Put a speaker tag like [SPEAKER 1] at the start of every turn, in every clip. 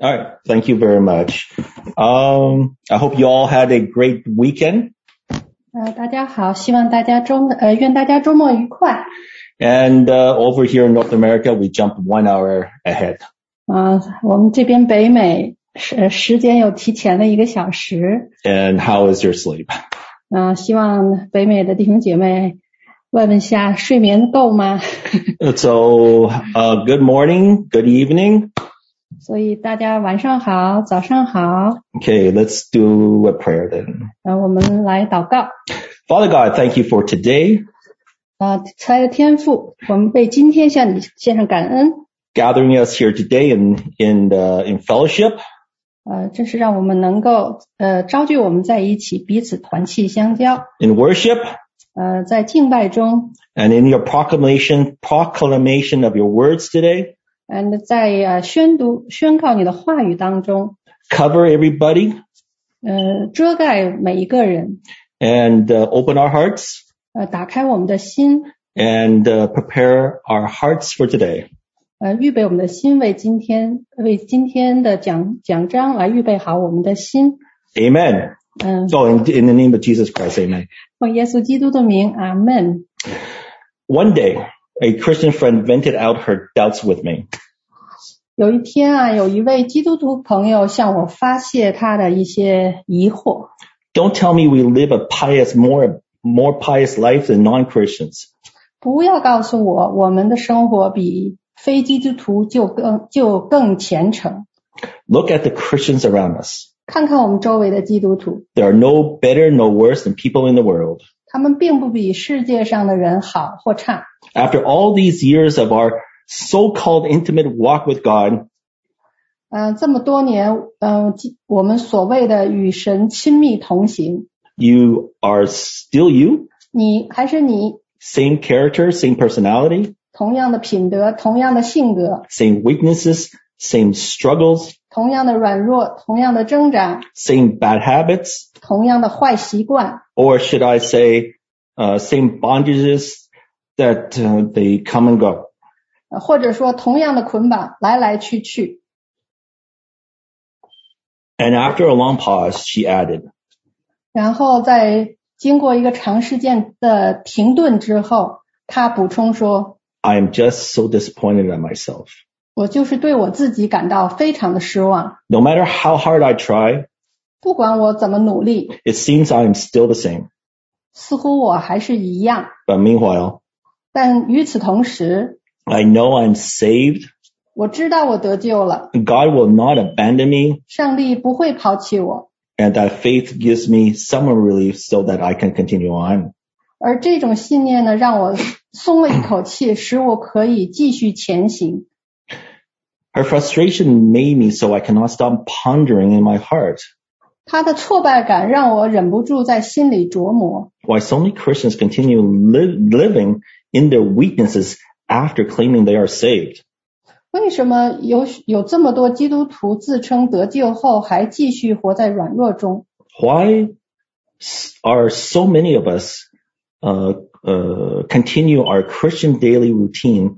[SPEAKER 1] All right. Thank you very much. Um, I hope you all had a great weekend
[SPEAKER 2] 呃，大家好，希望大家周呃，愿大家周末愉快。
[SPEAKER 1] and uh, over here in North America, we jumped one hour ahead.
[SPEAKER 2] 嗯、我们这边北美时呃时间又提前了一个小时。
[SPEAKER 1] And how is your sleep?
[SPEAKER 2] 嗯、希望北美的弟兄姐妹问问下，睡眠够吗？
[SPEAKER 1] So, uh, good morning, good evening.
[SPEAKER 2] 所以大家晚上好，早上好。
[SPEAKER 1] Okay. Let's do a prayer then.
[SPEAKER 2] 呃，我们来祷告。
[SPEAKER 1] Father God, thank you for today.
[SPEAKER 2] 呃，亲爱的天父，我们为今天向你献上感恩。
[SPEAKER 1] Gathering us here today in in uh, in fellowship,
[SPEAKER 2] 呃，这是让我们能够呃招聚我们在一起，彼此团契相交。
[SPEAKER 1] in worship,
[SPEAKER 2] 呃，在敬拜中
[SPEAKER 1] and in your proclamation proclamation of your words today.
[SPEAKER 2] 嗯，在呃宣读宣告你的话语当中，
[SPEAKER 1] Cover everybody
[SPEAKER 2] 呃，遮盖每一个人，
[SPEAKER 1] and uh, open our hearts
[SPEAKER 2] 呃，打开我们的心，
[SPEAKER 1] and uh, prepare our hearts for today.
[SPEAKER 2] 呃，预备我们的心，为今天为今天的讲讲章来预备好我们的心。
[SPEAKER 1] Amen.
[SPEAKER 2] 嗯，
[SPEAKER 1] So in, in the name of Jesus Christ, amen.
[SPEAKER 2] 奉耶稣基督的名，阿门。
[SPEAKER 1] One day, a Christian friend vented out her doubts with me.
[SPEAKER 2] 有一天啊，有一位基督徒朋友向我发泄他的一些疑惑。
[SPEAKER 1] Don't tell me we live a pious, more, more pious life than non-Christians.
[SPEAKER 2] 不要告诉我，我们的生活比非基督徒就更就更虔诚。
[SPEAKER 1] Look at the Christians around us.
[SPEAKER 2] 看看我们周围的基督徒，
[SPEAKER 1] There are no better, no worse than people in the world.
[SPEAKER 2] 他们并不比世界上的人好或差。
[SPEAKER 1] After all these years of our so-called intimate walk with God,
[SPEAKER 2] 嗯、这么多年，嗯、基我们所谓的与神亲密同行，
[SPEAKER 1] you are still you,
[SPEAKER 2] 你还是你，
[SPEAKER 1] same character, same personality,
[SPEAKER 2] 同样的品德，同样的性格，
[SPEAKER 1] same weaknesses, same struggles,
[SPEAKER 2] 同样的软弱，同样的挣扎，
[SPEAKER 1] same bad habits,
[SPEAKER 2] 同样的坏习惯，
[SPEAKER 1] or should I say, uh, same bondages that uh, they come and go.
[SPEAKER 2] 呃或者说同样的捆绑，来来去去。
[SPEAKER 1] And after a long pause, she added,
[SPEAKER 2] 然后在经过一个长时间的停顿之后，他补充说
[SPEAKER 1] I am just so disappointed in myself.：“
[SPEAKER 2] 我就是对我自己感到非常的失望。
[SPEAKER 1] No matter how hard I try,
[SPEAKER 2] 不管我怎么努力，
[SPEAKER 1] it seems I am still the same.
[SPEAKER 2] 似乎我还是一样。
[SPEAKER 1] But meanwhile,
[SPEAKER 2] 但与此同时，
[SPEAKER 1] I know I'm saved.
[SPEAKER 2] 我知道我得救了，
[SPEAKER 1] God will not abandon me.
[SPEAKER 2] 上帝不会抛弃我。
[SPEAKER 1] And that faith gives me some relief so that I can continue on.
[SPEAKER 2] 而这种信念呢，让我松了一口气，使我可以继续前行。
[SPEAKER 1] Her frustration made me so I cannot stop pondering in my heart.
[SPEAKER 2] 他的挫败感让我忍不住在心里琢磨：
[SPEAKER 1] why so many Christians continue li- living in their weaknesses after claiming they are saved.
[SPEAKER 2] 为什么有有这么多基督徒自称得救后，还继续活在软弱中？
[SPEAKER 1] Why s- are so many of us uh, uh, continue our Christian daily routine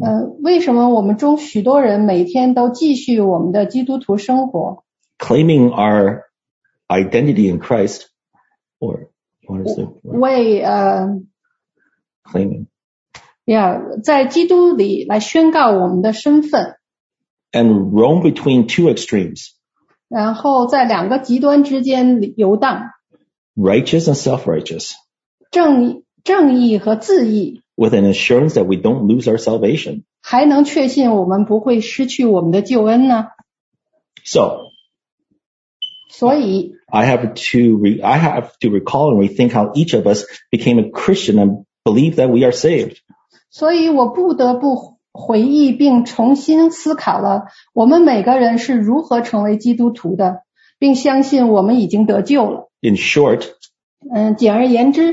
[SPEAKER 2] 呃，为什么我们中许多人每天都继续我们的基督徒生活？
[SPEAKER 1] claiming our identity in Christ? Or what is the word?
[SPEAKER 2] 为呃
[SPEAKER 1] claiming?
[SPEAKER 2] y 在基督里来宣告我们的身份，
[SPEAKER 1] And roam between two extremes,
[SPEAKER 2] 然后在两个极端之间游荡，
[SPEAKER 1] righteous and self-righteous,
[SPEAKER 2] 正义、正义和自义，
[SPEAKER 1] with an assurance that we don't lose our salvation.
[SPEAKER 2] 还能确信我们不会失去我们的救恩呢？
[SPEAKER 1] So
[SPEAKER 2] 所以，
[SPEAKER 1] I have to re- I have to recall and rethink how each of us became a Christian and believe that we are saved.
[SPEAKER 2] 所以我不得不回忆并重新思考了我们每个人是如何成为基督徒的，并相信我们已经得救了。
[SPEAKER 1] In short,
[SPEAKER 2] 嗯，简而言之，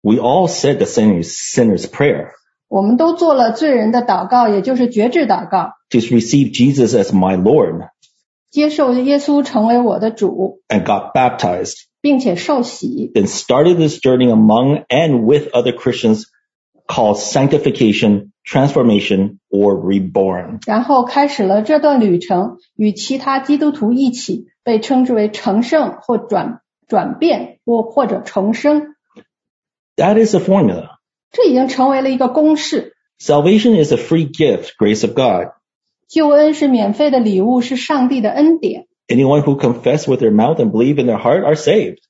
[SPEAKER 1] we all said the sinner's, sinner's prayer
[SPEAKER 2] 我们都做了罪人的祷告，也就是绝志祷告。
[SPEAKER 1] to receive Jesus as my Lord
[SPEAKER 2] 接受耶稣成为我的主，
[SPEAKER 1] and got baptized,
[SPEAKER 2] 并且受洗，
[SPEAKER 1] then started this journey among and with other Christians called sanctification transformation, or reborn.
[SPEAKER 2] 然后开始了这段旅程，与其他基督徒一起被称之为成圣或转转变或或者重生，
[SPEAKER 1] That is the formula.
[SPEAKER 2] 这已经成为了一个公式。
[SPEAKER 1] Salvation is a free gift, grace of God.
[SPEAKER 2] 救恩是免费的礼物，是上帝的恩典。
[SPEAKER 1] Anyone who confess with their mouth and believe in their heart are saved.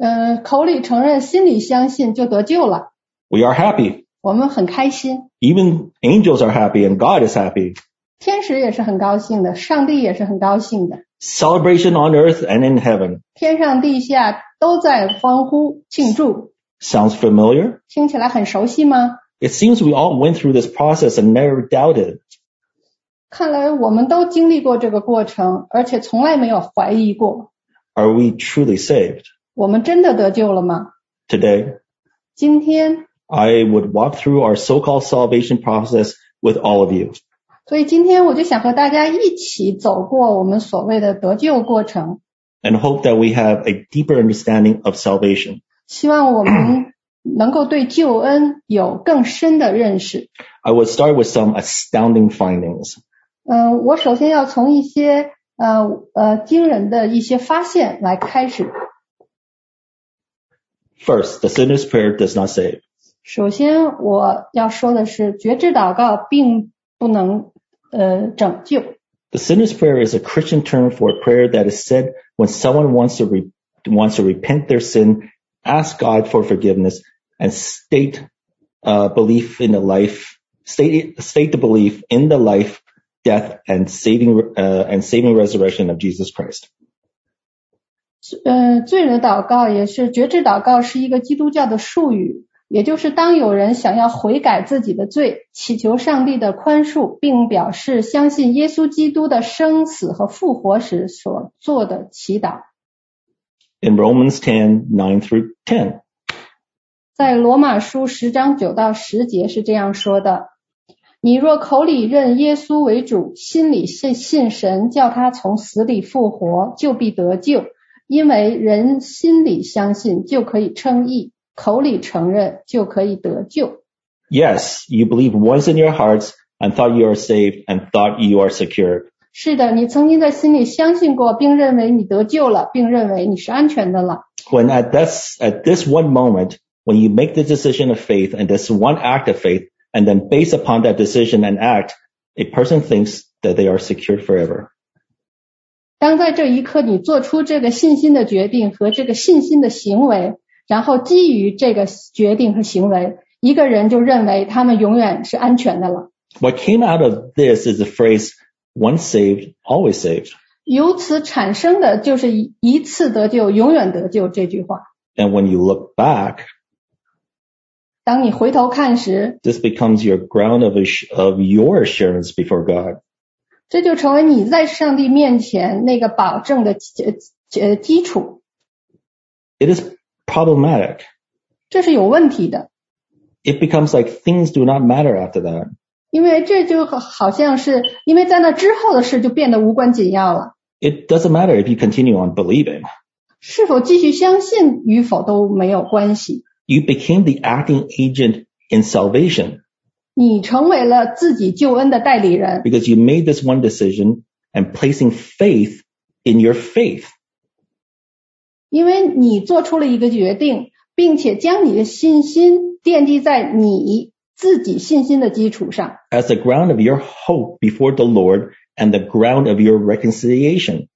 [SPEAKER 2] 呃，口里承认，心里相信，就得救了。
[SPEAKER 1] We are happy.
[SPEAKER 2] 我们很开心，
[SPEAKER 1] Even angels are happy and God is happy.
[SPEAKER 2] 天使也是很高兴的，上帝也是很高兴的，
[SPEAKER 1] Celebration on earth and in heaven.
[SPEAKER 2] 天上地下都在欢呼庆祝。
[SPEAKER 1] Sounds familiar?
[SPEAKER 2] 听起来很熟悉吗？
[SPEAKER 1] It seems we all went through this process and never doubted.
[SPEAKER 2] 看来我们都经历过这个过程，而且从来没有怀疑过。
[SPEAKER 1] Are we truly saved?
[SPEAKER 2] 我们真的得救了吗？
[SPEAKER 1] Today,
[SPEAKER 2] 今天，
[SPEAKER 1] I would walk through our so-called salvation process with all of you.
[SPEAKER 2] 所以今天我就想和大家一起走过我们所谓的得救过程，
[SPEAKER 1] and hope that we have a deeper understanding of salvation.
[SPEAKER 2] 希望我们能够对救恩有更深的认识。
[SPEAKER 1] I would start with some astounding findings.
[SPEAKER 2] 嗯、我首先要从一些呃呃惊人的一些发现来开始。
[SPEAKER 1] First, the sinner's prayer does not save.
[SPEAKER 2] 首先我要说的是，觉知祷告并不能呃拯救。
[SPEAKER 1] The sinner's prayer is a Christian term for a prayer that is said when someone wants to re- wants to repent their sin, ask God for forgiveness, and state uh, belief in the life state state the belief in the life, death, and saving uh, and saving resurrection of Jesus Christ.
[SPEAKER 2] 嗯，罪人祷告也是觉知祷告，是一个基督教的术语，也就是当有人想要悔改自己的罪，祈求上帝的宽恕，并表示相信耶稣基督的生死和复活时所做的祈祷。
[SPEAKER 1] In Romans 10, 9 through 10,
[SPEAKER 2] 在罗马书十章九到十节是这样说的：你若口里认耶稣为主，心里信信神叫他从死里复活，就必得救。因为人心里相信，就可以称义；口里承认，就可以得救。
[SPEAKER 1] Yes, you believe once in your hearts and thought you are saved and thought you are secure.
[SPEAKER 2] 是的，你曾经在心里相信过，并认为你得救了，并认为你是安全的了。
[SPEAKER 1] When at this, at this one moment, when you make the decision of faith and this one act of faith, and then based upon that decision and act, a person thinks that they are secured forever.
[SPEAKER 2] 当在这一刻你做出这个信心的决定和这个信心的行为，然后基于这个决定和行为，一个人就认为他们永远是安全的了。
[SPEAKER 1] What came out of this is the phrase, once saved, always saved.
[SPEAKER 2] 由此产生的就是一一次得救，永远得救这句话。
[SPEAKER 1] And when you look back,
[SPEAKER 2] 当你回头看时，
[SPEAKER 1] this becomes your ground of, ass- of your assurance before God.
[SPEAKER 2] 这就成为你在上帝面前那个保证的呃呃基础，
[SPEAKER 1] It is problematic.
[SPEAKER 2] 这是有问题的，
[SPEAKER 1] It becomes like things do not matter after that.
[SPEAKER 2] 因为这就好好像是因为在那之后的事就变得无关紧要了。
[SPEAKER 1] it doesn't matter if you continue on believing.
[SPEAKER 2] 是否继续相信与否都没有关系，
[SPEAKER 1] You became the acting agent in salvation
[SPEAKER 2] 你成为了自己救恩的代理人，
[SPEAKER 1] because you made this one decision and placing faith in your faith.
[SPEAKER 2] 因为你做出了一个决定，并且将你的信心奠基在你自己信心的基础上，
[SPEAKER 1] As the ground of your hope before the Lord and the ground of your reconciliation.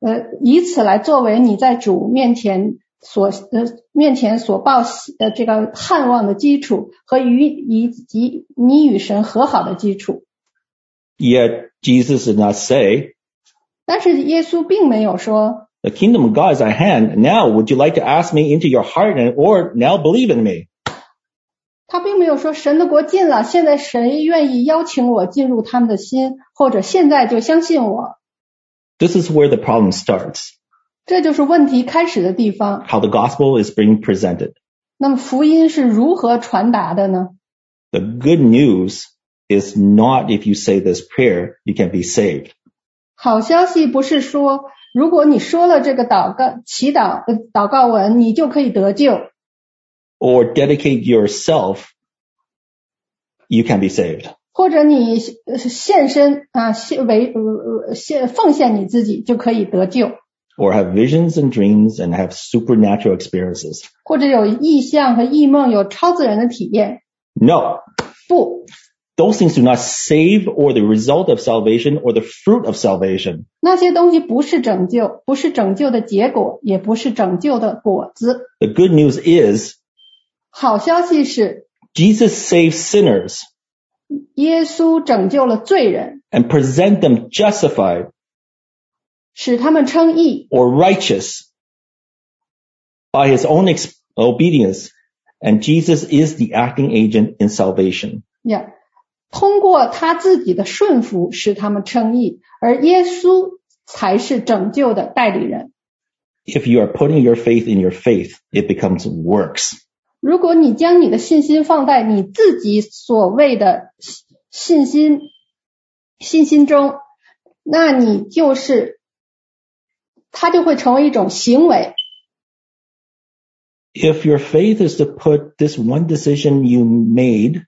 [SPEAKER 2] 呃，以此来作为你在主面前所呃面前所抱喜呃这个盼望的基础和与以及你与神和好的基础。
[SPEAKER 1] Yet Jesus did not say,
[SPEAKER 2] 但是耶稣并没有说
[SPEAKER 1] the kingdom of God is at hand. Now would you like to ask me into your heart and or now believe in me?
[SPEAKER 2] 他并没有说神的国近了，现在谁愿意邀请我进入他们的心，或者现在就相信我，
[SPEAKER 1] This is where the problem starts,
[SPEAKER 2] 这就是问题开始的地方。
[SPEAKER 1] how the gospel is being presented.
[SPEAKER 2] 那么福音是如何传达的呢？
[SPEAKER 1] The good news is not if you say this prayer, you can be saved.
[SPEAKER 2] 好消息不是说如果你说了这个祷告、祈祷、呃祷告文，你就可以得救，
[SPEAKER 1] Or dedicate yourself you can be saved.
[SPEAKER 2] 或者你呃献身啊，献为呃呃献奉献你自己就可以得救，
[SPEAKER 1] Or have visions and dreams and have supernatural experiences.
[SPEAKER 2] 或者有意象和异梦，有超自然的体验。
[SPEAKER 1] No,
[SPEAKER 2] 不，
[SPEAKER 1] those things do not save or the result of salvation or the fruit of salvation.
[SPEAKER 2] 那些东西不是拯救，不是拯救的结果，也不是拯救的果子。
[SPEAKER 1] The good news is
[SPEAKER 2] 好消息是，
[SPEAKER 1] Jesus saves sinners
[SPEAKER 2] 耶稣拯救了罪人，
[SPEAKER 1] and present them justified
[SPEAKER 2] 使他们称义，
[SPEAKER 1] or righteous by his own ex- obedience. And Jesus is the acting agent in salvation.
[SPEAKER 2] 呀，通过他自己的顺服使他们称义，而耶稣才是拯救的代理人。
[SPEAKER 1] If you are putting your faith in your faith, it becomes works.
[SPEAKER 2] 如果你将你的信心放在你自己所谓的信信心信心中，那你就是它就会成为一种行为。
[SPEAKER 1] If your faith is to put this one decision you made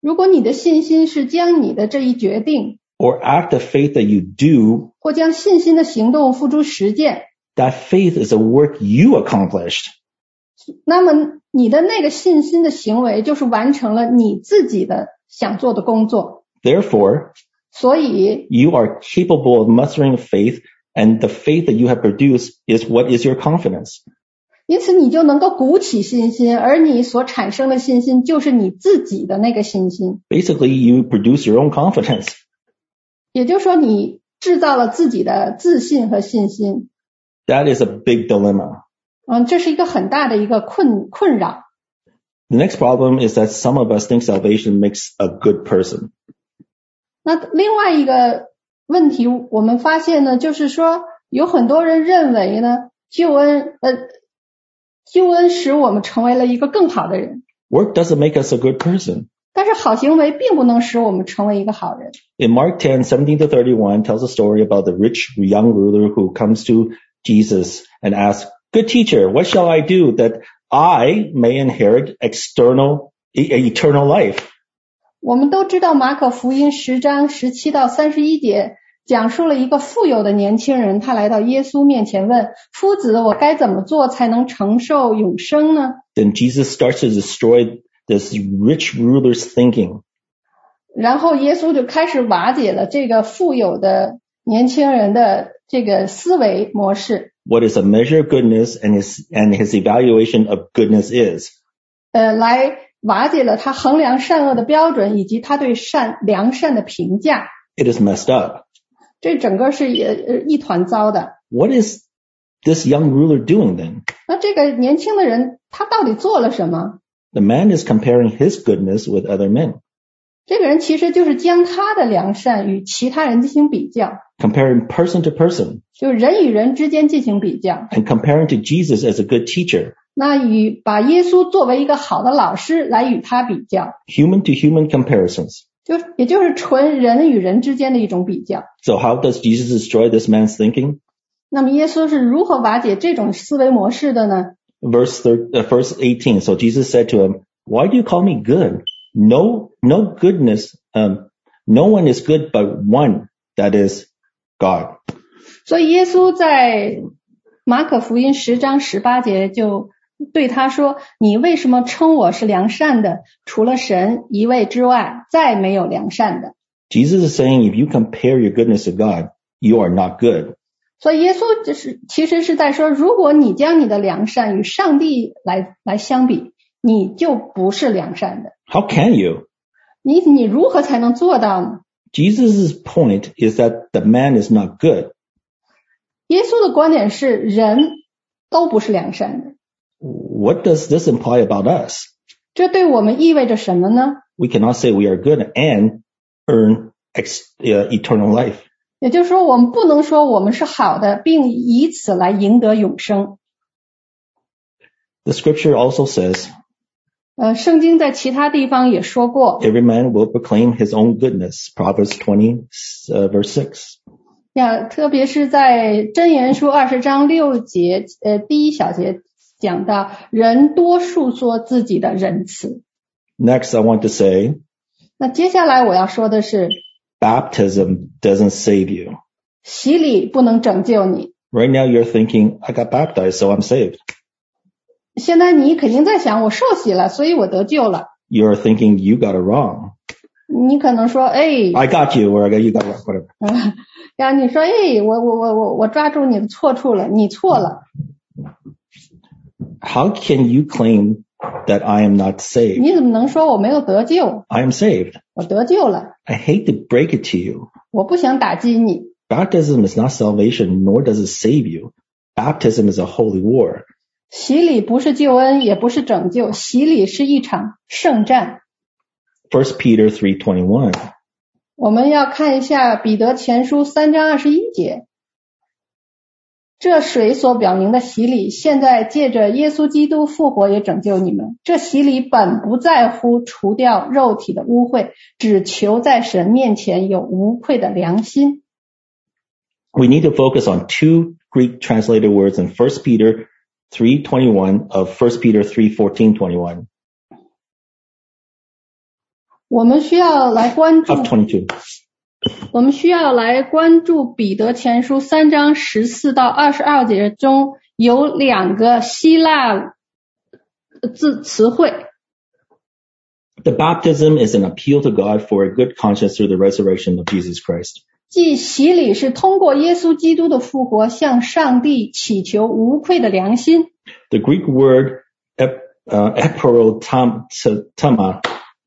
[SPEAKER 2] 如果你的信心是将你的这一决定，
[SPEAKER 1] or act of faith that you do,
[SPEAKER 2] 或将信心的行动付诸实践，
[SPEAKER 1] that faith is a work you accomplished.
[SPEAKER 2] 那么你的那个信心的行为就是完成了你自己的想做的工作。
[SPEAKER 1] Therefore,
[SPEAKER 2] 所以，
[SPEAKER 1] you are capable of mustering faith and the faith that you have produced is what is your confidence.
[SPEAKER 2] 因此你就能够鼓起信心，而你所产生的信心就是你自己的那个信心。
[SPEAKER 1] Basically, you produce your own confidence.
[SPEAKER 2] 也就是说，你制造了自己的自信和信心。
[SPEAKER 1] That is a big dilemma.
[SPEAKER 2] 嗯，这是一个很大的一个困困扰。
[SPEAKER 1] The next problem is that some of us think salvation makes a good person.
[SPEAKER 2] 那另外一个问题，我们发现呢，就是说有很多人认为呢，救恩呃，救恩使我们成为了一个更好的人，
[SPEAKER 1] Work doesn't make us a good person.
[SPEAKER 2] 但是好行为并不能使我们成为一个好人。
[SPEAKER 1] In Mark 10, 17 to 31 tells a story about the rich young ruler who comes to Jesus and asks, good teacher, what shall I do that I may inherit external, e- eternal life?
[SPEAKER 2] 我们都知道马可福音十章十七到三十一节讲述了一个富有的年轻人，他来到耶稣面前问：“夫子，我该怎么做才能承受永生呢
[SPEAKER 1] Then Jesus starts to destroy this rich ruler's thinking.？”
[SPEAKER 2] 然后耶稣就开始瓦解了这个富有的年轻人的这个思维模式。
[SPEAKER 1] What is a measure of goodness and his, and his evaluation of goodness is.
[SPEAKER 2] 呃，来瓦解了他衡量善恶的标准，以及他对善良善的评价。
[SPEAKER 1] It is messed up.
[SPEAKER 2] 这整个是也呃一团糟的。
[SPEAKER 1] What is this young ruler doing then?
[SPEAKER 2] 那这个年轻的人他到底做了什么？
[SPEAKER 1] The man is comparing his goodness with other men,
[SPEAKER 2] 这个人其实就是将他的良善与其他人进行比较，
[SPEAKER 1] comparing person to person
[SPEAKER 2] 就是人与人之间进行比较。
[SPEAKER 1] and comparing to Jesus as a good teacher,
[SPEAKER 2] 那与把耶稣作为一个好的老师来与他比较，
[SPEAKER 1] human to human comparisons.
[SPEAKER 2] 就也就是纯人与人之间的一种比较。
[SPEAKER 1] So how does Jesus destroy this man's thinking?
[SPEAKER 2] 那么耶稣是如何瓦解这种思维模式的呢？
[SPEAKER 1] verse thir- uh, verse 18 so jesus said to him why do you call me good no no goodness um, no one is good but one that is god
[SPEAKER 2] 所以耶稣在马可福音十章十八节就对他说：“你为什么称我是良善的？除了神一位之外，再没有良善的。
[SPEAKER 1] jesus is saying if you compare your goodness to god you are not good ”
[SPEAKER 2] 所以耶稣就是其实是在说，如果你将你的良善与上帝来来相比，你就不是良善的。
[SPEAKER 1] how can you
[SPEAKER 2] 你你如何才能做到呢？
[SPEAKER 1] jesus' point is that the man is not good
[SPEAKER 2] 耶稣的观点是，人都不是良善的。
[SPEAKER 1] what does this imply about us
[SPEAKER 2] 这对我们意味着什么呢？
[SPEAKER 1] we cannot say we are good and earn ex- uh, eternal life
[SPEAKER 2] 也就是说，我们不能说我们是好的，并以此来赢得永生。
[SPEAKER 1] the scripture also says
[SPEAKER 2] 呃，圣经在其他地方也说过，
[SPEAKER 1] Every man will proclaim his own goodness. Proverbs 20, uh, verse 6.
[SPEAKER 2] 呀，特别是在《箴言书》二十章六节，呃，第一小节讲到，人多述说自己的仁慈。
[SPEAKER 1] Next, I want to say
[SPEAKER 2] 那接下来我要说的是，
[SPEAKER 1] baptism doesn't save you.
[SPEAKER 2] 洗礼不能拯救你。
[SPEAKER 1] Right now, you're thinking, I got baptized, so I'm saved.
[SPEAKER 2] 现在你肯定在想，我受洗了，所以我得救了。
[SPEAKER 1] You're thinking, you got it wrong.
[SPEAKER 2] 你可能说，哎，
[SPEAKER 1] I got you, or I got you got it wrong, whatever.
[SPEAKER 2] 然后你说，哎，我我我我我抓住你的错处了，你错了。
[SPEAKER 1] How can you claim that I am not saved?
[SPEAKER 2] 你怎么能说我没有得救？
[SPEAKER 1] I am saved.
[SPEAKER 2] 我得救了，
[SPEAKER 1] I hate to break it to you.
[SPEAKER 2] 我不想打击你。
[SPEAKER 1] Baptism is not salvation, nor does it save you. Baptism is a holy war.
[SPEAKER 2] 洗礼不是救恩，也不是拯救，洗礼是一场圣战。
[SPEAKER 1] First Peter 3.21.
[SPEAKER 2] 我们要看一下彼得前书三章二十一节。这水所表明的洗礼，现在借着耶稣基督复活也拯救你们。这洗礼本不在乎除掉肉体的污秽，只求在神面前有无愧的良心。
[SPEAKER 1] We need to focus on two Greek translated words in First Peter 3.21 of First Peter 3.14.21
[SPEAKER 2] 我们需要来关注
[SPEAKER 1] of 22.
[SPEAKER 2] 我们需要来关注彼得前书三章十四到二十二节中有两个希腊字词汇。
[SPEAKER 1] The baptism is an appeal to God for a good conscience through the resurrection of Jesus Christ.
[SPEAKER 2] 即洗礼是通过耶稣基督的复活向上帝祈求无愧的良心。
[SPEAKER 1] The Greek word ep, uh, eporotama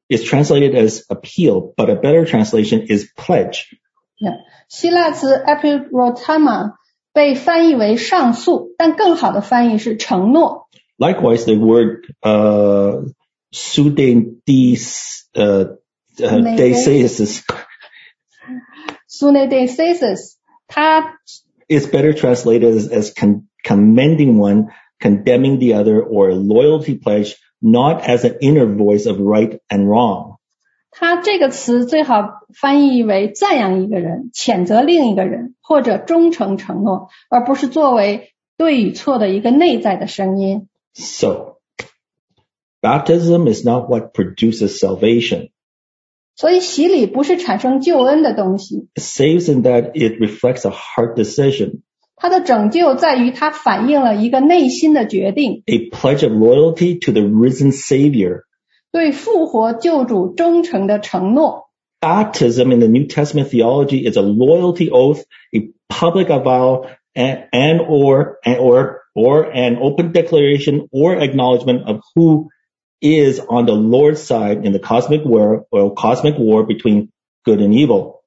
[SPEAKER 1] is translated as appeal, but a better translation is pledge.
[SPEAKER 2] 希腊词 epirotama 被翻译为上诉，但更好的翻译是承诺。
[SPEAKER 1] Likewise, the word uh, sudentis uh, uh,
[SPEAKER 2] Amazing.
[SPEAKER 1] deseis
[SPEAKER 2] s u n e d e s e s 它
[SPEAKER 1] is better translated as, as con- commending one, condemning the other, or a loyalty pledge, not as an inner voice of right and wrong.
[SPEAKER 2] 它这个词最好翻译为赞扬一个人、谴责另一个人，或者忠诚承诺，而不是作为对与错的一个内在的声音。
[SPEAKER 1] So, baptism is not what produces salvation.
[SPEAKER 2] 所以，洗礼不是产生救恩的东西，
[SPEAKER 1] It saves in that it reflects a heart decision,
[SPEAKER 2] 它的拯救在于它反映了一个内心的决定，
[SPEAKER 1] a pledge of loyalty to the risen Savior.
[SPEAKER 2] 对复活救主忠诚的承诺。
[SPEAKER 1] Baptism in the New Testament theology is a loyalty oath, a public avowal, and, and or and, or or an open declaration or acknowledgement of who is on the Lord's side in the cosmic war or cosmic war between good and evil.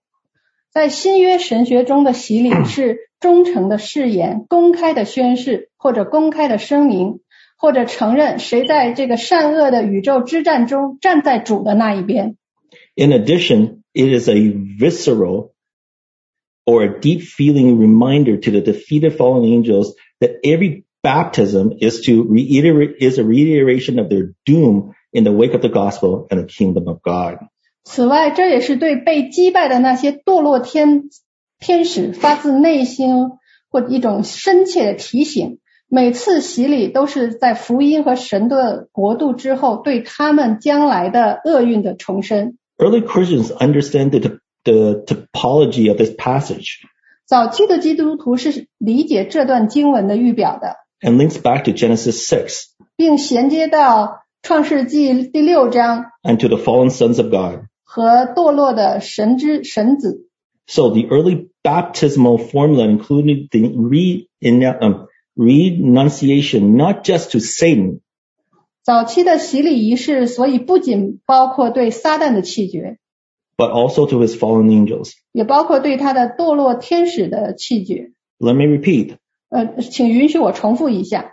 [SPEAKER 2] 在新约神学中的洗礼是忠诚的誓言、公开的宣誓或者公开的声明，或者承认谁在这个善恶的宇宙之战中站在主的那一边。
[SPEAKER 1] In addition, it is a visceral or a deep feeling reminder to the defeated fallen angels that every baptism is to reiterate, is a reiteration of their doom in the wake of the gospel and the kingdom of God.
[SPEAKER 2] 此外，这也是对被击败的那些堕落天天使发自内心或一种深切的提醒。每次洗礼都是在福音和神的国度之后，对他们将来的厄运的重申。
[SPEAKER 1] Early Christians understand the, the topology of this passage
[SPEAKER 2] 早期的基督徒是理解这段经文的预表的，
[SPEAKER 1] and links back to Genesis 6
[SPEAKER 2] 并衔接到创世纪第六章
[SPEAKER 1] and to the fallen sons of God.
[SPEAKER 2] 和堕落的神之神子。
[SPEAKER 1] So the early baptismal formula included the re, in, um, renunciation not just to Satan,
[SPEAKER 2] 早期的洗礼仪式，所以不仅包括对撒旦的弃绝，
[SPEAKER 1] but also to his fallen angels.
[SPEAKER 2] 也包括对他的堕落天使的弃绝。
[SPEAKER 1] Let me repeat,
[SPEAKER 2] 呃，请允许我重复一下，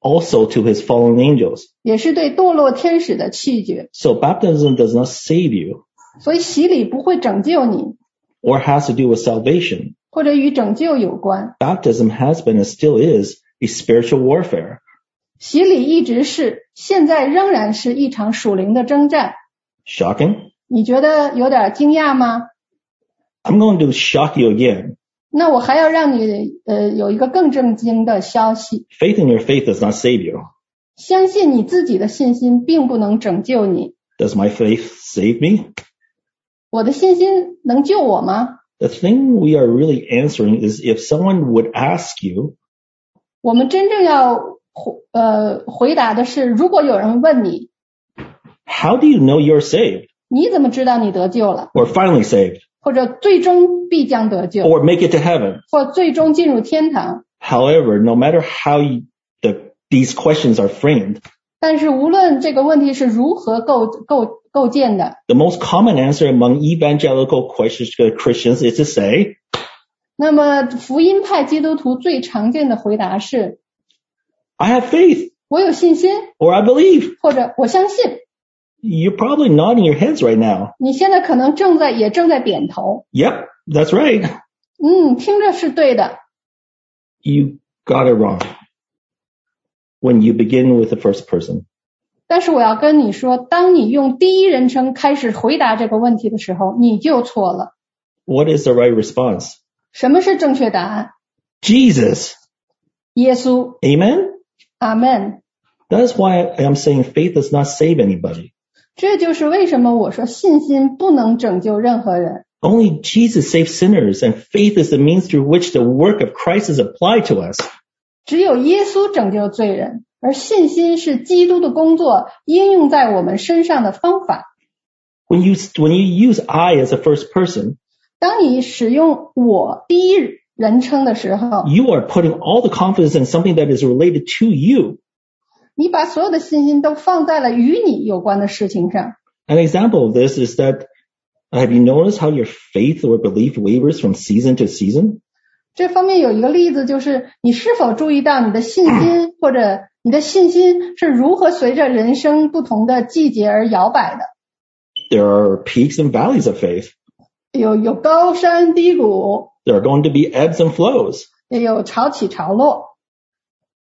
[SPEAKER 1] also to his fallen angels.
[SPEAKER 2] 也是对堕落天使的弃绝。
[SPEAKER 1] So baptism does not save you
[SPEAKER 2] 所以洗礼不会拯救你，
[SPEAKER 1] or has to do with salvation.
[SPEAKER 2] 或者与拯救有关。
[SPEAKER 1] Baptism has been and still is a spiritual warfare.
[SPEAKER 2] 洗礼一直是，现在仍然是一场属灵的征战。
[SPEAKER 1] Shocking.
[SPEAKER 2] 你觉得有点惊讶吗？
[SPEAKER 1] I'm going to shock you again.
[SPEAKER 2] 那我还要让你呃有一个更震惊的消息，
[SPEAKER 1] Faith in your faith does not save you.
[SPEAKER 2] 相信你自己的信心并不能拯救你。
[SPEAKER 1] Does my faith save me?
[SPEAKER 2] 我的信心能救我吗？
[SPEAKER 1] The thing we are really answering is if someone would ask you,
[SPEAKER 2] 我们真正要回呃回答的是，如果有人问你，
[SPEAKER 1] how do you know you're saved
[SPEAKER 2] 你怎么知道你得救了，
[SPEAKER 1] or finally saved
[SPEAKER 2] 或者最终必将得救，
[SPEAKER 1] or make it to heaven?
[SPEAKER 2] 或最终进入天堂？
[SPEAKER 1] However, no matter how you, the, these questions are framed,
[SPEAKER 2] 但是无论这个问题是如何构构构建的，
[SPEAKER 1] the most common answer among evangelical questions- Christians is to say,
[SPEAKER 2] 那么福音派基督徒最常见的回答是
[SPEAKER 1] I have faith
[SPEAKER 2] 我有信心，
[SPEAKER 1] or I believe.
[SPEAKER 2] 或者我相信。
[SPEAKER 1] You're probably nodding your heads right now.
[SPEAKER 2] 你现在可能正在也正在点头，
[SPEAKER 1] Yep, that's right.
[SPEAKER 2] 嗯，听着是对的，
[SPEAKER 1] You got it wrong when you begin with the first person.
[SPEAKER 2] 但是我要跟你说，当你用第一人称开始回答这个问题的时候，你就错了。
[SPEAKER 1] What is the right response?
[SPEAKER 2] 什么是正确答案？
[SPEAKER 1] Jesus.
[SPEAKER 2] 耶稣，
[SPEAKER 1] Amen.
[SPEAKER 2] 阿门。
[SPEAKER 1] That's why I'm saying faith does not save anybody.
[SPEAKER 2] 这就是为什么我说信心不能拯救任何人，
[SPEAKER 1] Only Jesus saves sinners and faith is the means through which the work of Christ is applied to us.
[SPEAKER 2] 只有耶稣拯救罪人，而信心是基督的工作应用在我们身上的方法。
[SPEAKER 1] When you, when you use I as a first person,
[SPEAKER 2] 当你使用我第一人称的时候，
[SPEAKER 1] you are putting all the confidence in something that is related to you.
[SPEAKER 2] 你把所有的信心都放在了与你有关的事情上。
[SPEAKER 1] An example of this is that uh, have you noticed how your faith or belief wavers from season to season?
[SPEAKER 2] 这方面有一个例子，就是你是否注意到你的信心或者你的信心是如何随着人生不同的季节而摇摆的？
[SPEAKER 1] There are peaks and valleys of faith.
[SPEAKER 2] 有有高山低谷，
[SPEAKER 1] There are going to be ebbs and flows.
[SPEAKER 2] 也有潮起潮落。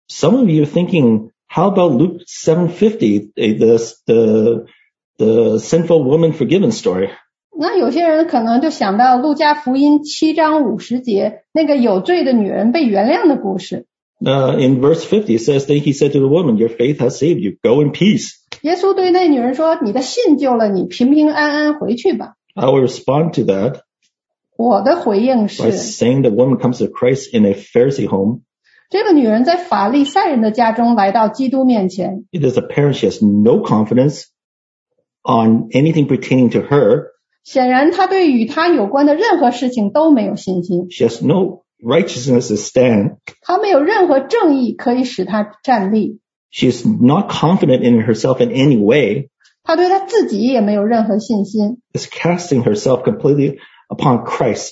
[SPEAKER 1] some of you are thinking, how about Luke 750, eh, the, the, the sinful woman forgiven story?
[SPEAKER 2] 那有些人可能就想到《路加福音》七章五十节那个有罪的女人被原谅的故事。
[SPEAKER 1] Uh, in verse 50, it says, then he said to the woman, your faith has saved you. Go in peace.
[SPEAKER 2] 耶稣对那女人说：“你的信救了你，平平安安回去吧。
[SPEAKER 1] I will respond to that ”
[SPEAKER 2] 我的回应
[SPEAKER 1] by
[SPEAKER 2] 是，
[SPEAKER 1] saying the woman comes to Christ in a Pharisee home.
[SPEAKER 2] 这个女人在法利赛人的家中来到基督面前，
[SPEAKER 1] It is apparent she has no confidence on anything pertaining to her.
[SPEAKER 2] 显然她对与她有关的任何事情都没有信心，
[SPEAKER 1] She has no righteousness to stand.
[SPEAKER 2] 她没有任何正义可以使她站立，
[SPEAKER 1] She is not confident in herself in any way.
[SPEAKER 2] 她对她自己也没有任何信心，
[SPEAKER 1] is casting herself completely upon Christ.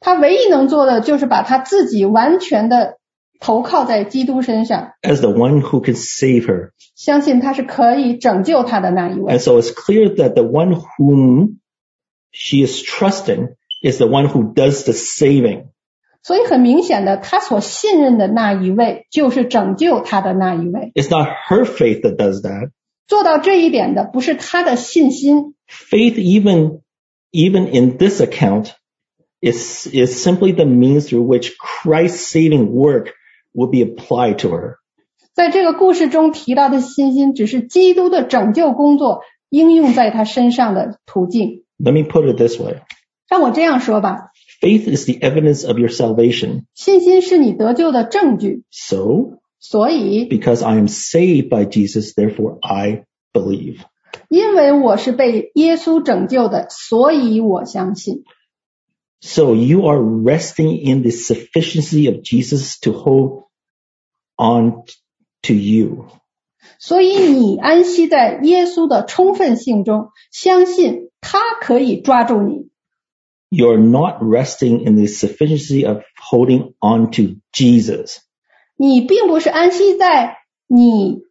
[SPEAKER 2] 她唯一能做的就是把她自己完全的投靠在基督身上，
[SPEAKER 1] As the one who can save her.
[SPEAKER 2] 相信他是可以拯救她的那一位
[SPEAKER 1] And。so it's clear that the one whom she is trusting is the one who does the saving.
[SPEAKER 2] 所以很明显的，她所信任的那一位就是拯救她的那一位。
[SPEAKER 1] It's not her faith that does that.
[SPEAKER 2] 做到这一点的不是她的信心，
[SPEAKER 1] Faith, even, even in this account, is, is simply the means through which Christ's saving work will be applied to her.
[SPEAKER 2] 在这个故事中提到的信心，只是基督的拯救工作应用在他身上的途径。
[SPEAKER 1] Let me put it this way.
[SPEAKER 2] 让我这样说吧，
[SPEAKER 1] Faith is the evidence of your salvation.
[SPEAKER 2] 信心是你得救的证据，
[SPEAKER 1] So
[SPEAKER 2] 所以
[SPEAKER 1] because I am saved by Jesus, therefore I believe.
[SPEAKER 2] 因为我是被耶稣拯救的，所以我相信。
[SPEAKER 1] So you are resting in the sufficiency of Jesus to hold on to you.
[SPEAKER 2] 所以你安息在耶稣的充分性中，相信他可以抓住你。
[SPEAKER 1] You're not resting in the sufficiency of holding on to Jesus.
[SPEAKER 2] 你并不是安息在你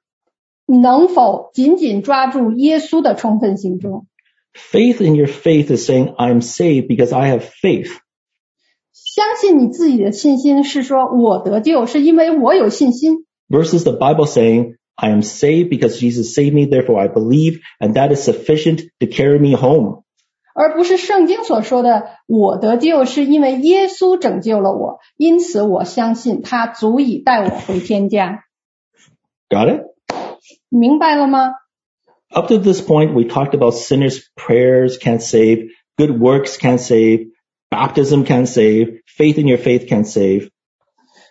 [SPEAKER 2] 能否紧紧抓住耶稣的充分性中。
[SPEAKER 1] Faith in your faith is saying, I'm saved because I have faith.
[SPEAKER 2] 相信你自己的信心是说，我得救是因为我有信心，
[SPEAKER 1] Versus the Bible saying, I am saved because Jesus saved me, therefore I believe, and that is sufficient to carry me home.
[SPEAKER 2] 而不是圣经所说的我得救是因为耶稣拯救了我，因此我相信他足以带我回天家。
[SPEAKER 1] Got it?
[SPEAKER 2] 明白了吗？
[SPEAKER 1] Up to this point, we talked about sinners' prayers can save, good works can save, baptism can save, faith in your faith can save.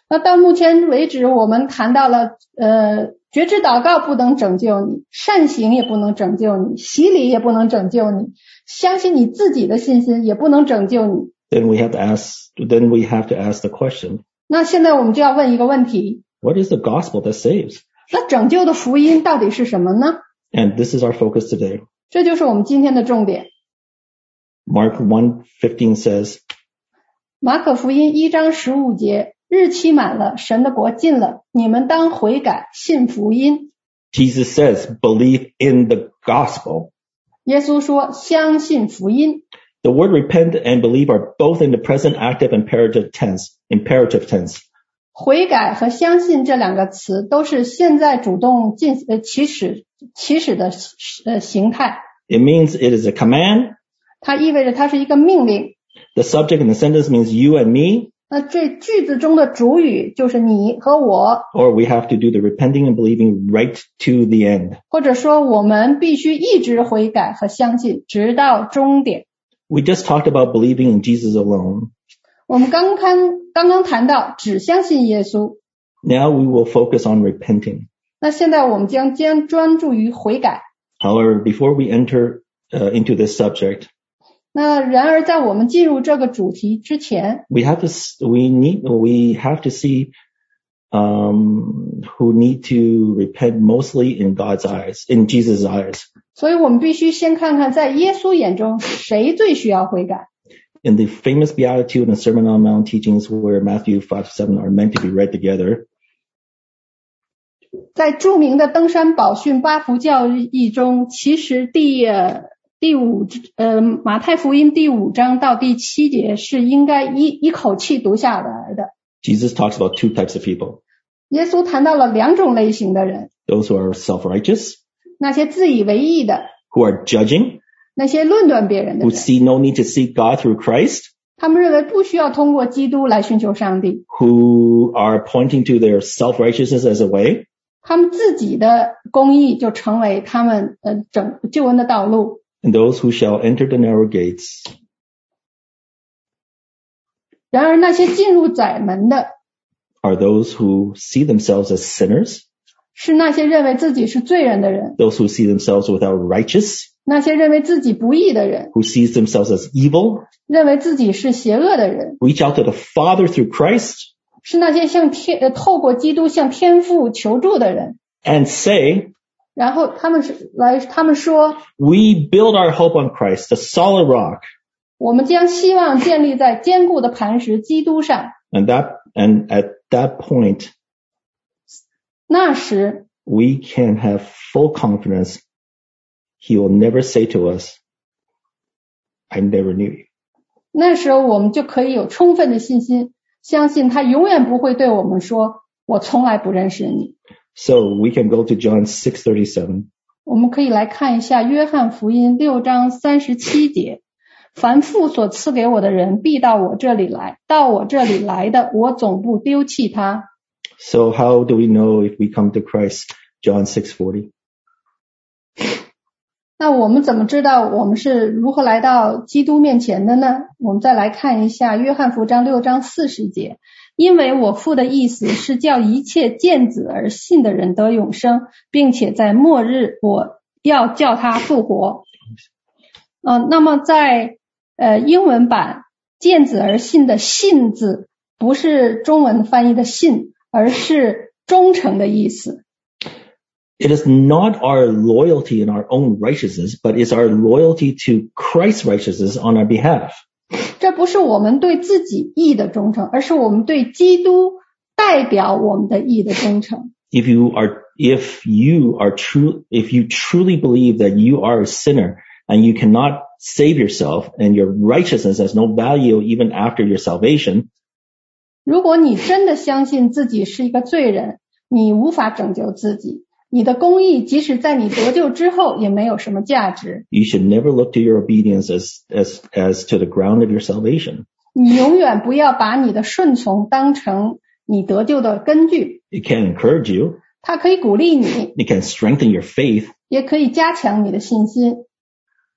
[SPEAKER 2] 那到目前为止，我们谈到了呃，觉知祷告不能拯救你，善行也不能拯救你，洗礼也不能拯救你，相信你自己的信心也不能拯救你。
[SPEAKER 1] Then we have to ask, then we have to ask the question,
[SPEAKER 2] 那现在我们就要问一个问题：
[SPEAKER 1] what is the gospel that saves?
[SPEAKER 2] 那拯救的福音到底是什么呢？
[SPEAKER 1] And this is our focus today.
[SPEAKER 2] 这就是我们今天的重点。
[SPEAKER 1] Mark 1:15 says,
[SPEAKER 2] 马可福音一章十五节，日期满了，神的国近了，你们当悔改，信福音。
[SPEAKER 1] Jesus says, believe in the gospel.
[SPEAKER 2] 耶稣说：“相信福音。
[SPEAKER 1] The word repent and believe are both in the present active imperative tense, imperative tense. ”
[SPEAKER 2] 悔改和相信这两个词都是现在主动进呃起始起始的呃形态，
[SPEAKER 1] It means it is a command.
[SPEAKER 2] 它意味着它是一个命令。
[SPEAKER 1] The subject in the sentence means you and me,
[SPEAKER 2] 那这句子中的主语就是你和我，
[SPEAKER 1] or we have to do the repenting and believing right to the end.
[SPEAKER 2] 或者说我们必须一直悔改和相信，直到终点。
[SPEAKER 1] We just talked about believing in Jesus alone.
[SPEAKER 2] 我们刚刚刚刚谈到只相信耶稣，
[SPEAKER 1] Now we will focus on repenting.
[SPEAKER 2] 那现在我们将将专注于悔改。
[SPEAKER 1] However, before we enter uh, into this subject,
[SPEAKER 2] 那然而，在我们进入这个主题之前，
[SPEAKER 1] we have to s- we need we have to see um, who need to repent mostly in God's eyes, in Jesus' eyes.
[SPEAKER 2] 所以我们必须先看看在耶稣眼中谁最需要悔改。
[SPEAKER 1] In the famous Beatitude and Sermon on the Mount teachings, where Matthew five to seven are meant to be read together,
[SPEAKER 2] 在著名的登山宝训八福教义中，其实第呃第五呃马太福音第五章到第七节是应该一一口气读下来的。
[SPEAKER 1] Jesus talks about two types of people:
[SPEAKER 2] 耶稣谈到了两种类型的人：
[SPEAKER 1] those who are self-righteous,
[SPEAKER 2] 那些自以为意的，
[SPEAKER 1] who are judging,
[SPEAKER 2] 那些论断别人的
[SPEAKER 1] who
[SPEAKER 2] 人。
[SPEAKER 1] see no need to seek God through Christ,
[SPEAKER 2] 他们认为不需要通过基督来寻求上帝，
[SPEAKER 1] who are pointing to their self-righteousness as a way,
[SPEAKER 2] 他们自己的公义就成为他们呃整救恩的道路。
[SPEAKER 1] and those who shall enter the narrow gates.
[SPEAKER 2] 然而，那些进入窄门的，
[SPEAKER 1] are those who see themselves as sinners,
[SPEAKER 2] 是那些认为自己是罪人的人，
[SPEAKER 1] those who see themselves without righteous,
[SPEAKER 2] 那些认为自己不义的人，
[SPEAKER 1] who sees themselves as evil,
[SPEAKER 2] 认为自己是邪恶的人，
[SPEAKER 1] reach out to the Father through Christ
[SPEAKER 2] 是那些向天呃透过基督向天父求助的人。
[SPEAKER 1] and say,
[SPEAKER 2] 然后他们是来，他们说，
[SPEAKER 1] we build our hope on Christ, the solid rock,
[SPEAKER 2] 我们将希望建立在坚固的磐石基督上。
[SPEAKER 1] and that, and at that point,
[SPEAKER 2] 那时，
[SPEAKER 1] we can have full confidence. He will never say to us, I never knew you.
[SPEAKER 2] 那时候我们就可以有充分的信心，相信他永远不会对我们说“我从来不认识你”
[SPEAKER 1] So we can go to John 637.
[SPEAKER 2] 我们可以来看一下《约翰福音》六章三十七节：“凡父所赐给我的人，必到我这里来；到我这里来的，我总不丢弃他。
[SPEAKER 1] So how do we know if we come to Christ? John 640. ”
[SPEAKER 2] 那我们怎么知道我们是如何来到基督面前的呢？我们再来看一下《约翰福音》六章四十节：“因为我父的意思是叫一切见子而信的人得永生，并且在末日我要叫他复活。”嗯，那么在呃英文版“见子而信”的“信”字不是中文翻译的“信”，而是忠诚的意思。
[SPEAKER 1] It is not our loyalty in our own righteousness, but it's our loyalty to Christ's righteousness on our behalf.
[SPEAKER 2] 这不是我们对自己义的忠诚，而是我们对基督代表我们的义的忠诚。
[SPEAKER 1] If you are, if you are true, if you truly believe that you are a sinner and you cannot save yourself and your righteousness has no value even after your salvation,
[SPEAKER 2] 如果你真的相信自己是一个罪人，你无法拯救自己，你的公义即使在你得救之后也没有什么价值。
[SPEAKER 1] you should never look to your obedience as, as, as to the ground of your salvation.
[SPEAKER 2] 你永远不要把你的顺从当成你得救的根据，
[SPEAKER 1] It can encourage you,
[SPEAKER 2] 它可以鼓励你，
[SPEAKER 1] It can strengthen your faith,
[SPEAKER 2] 也可以加强你的信心，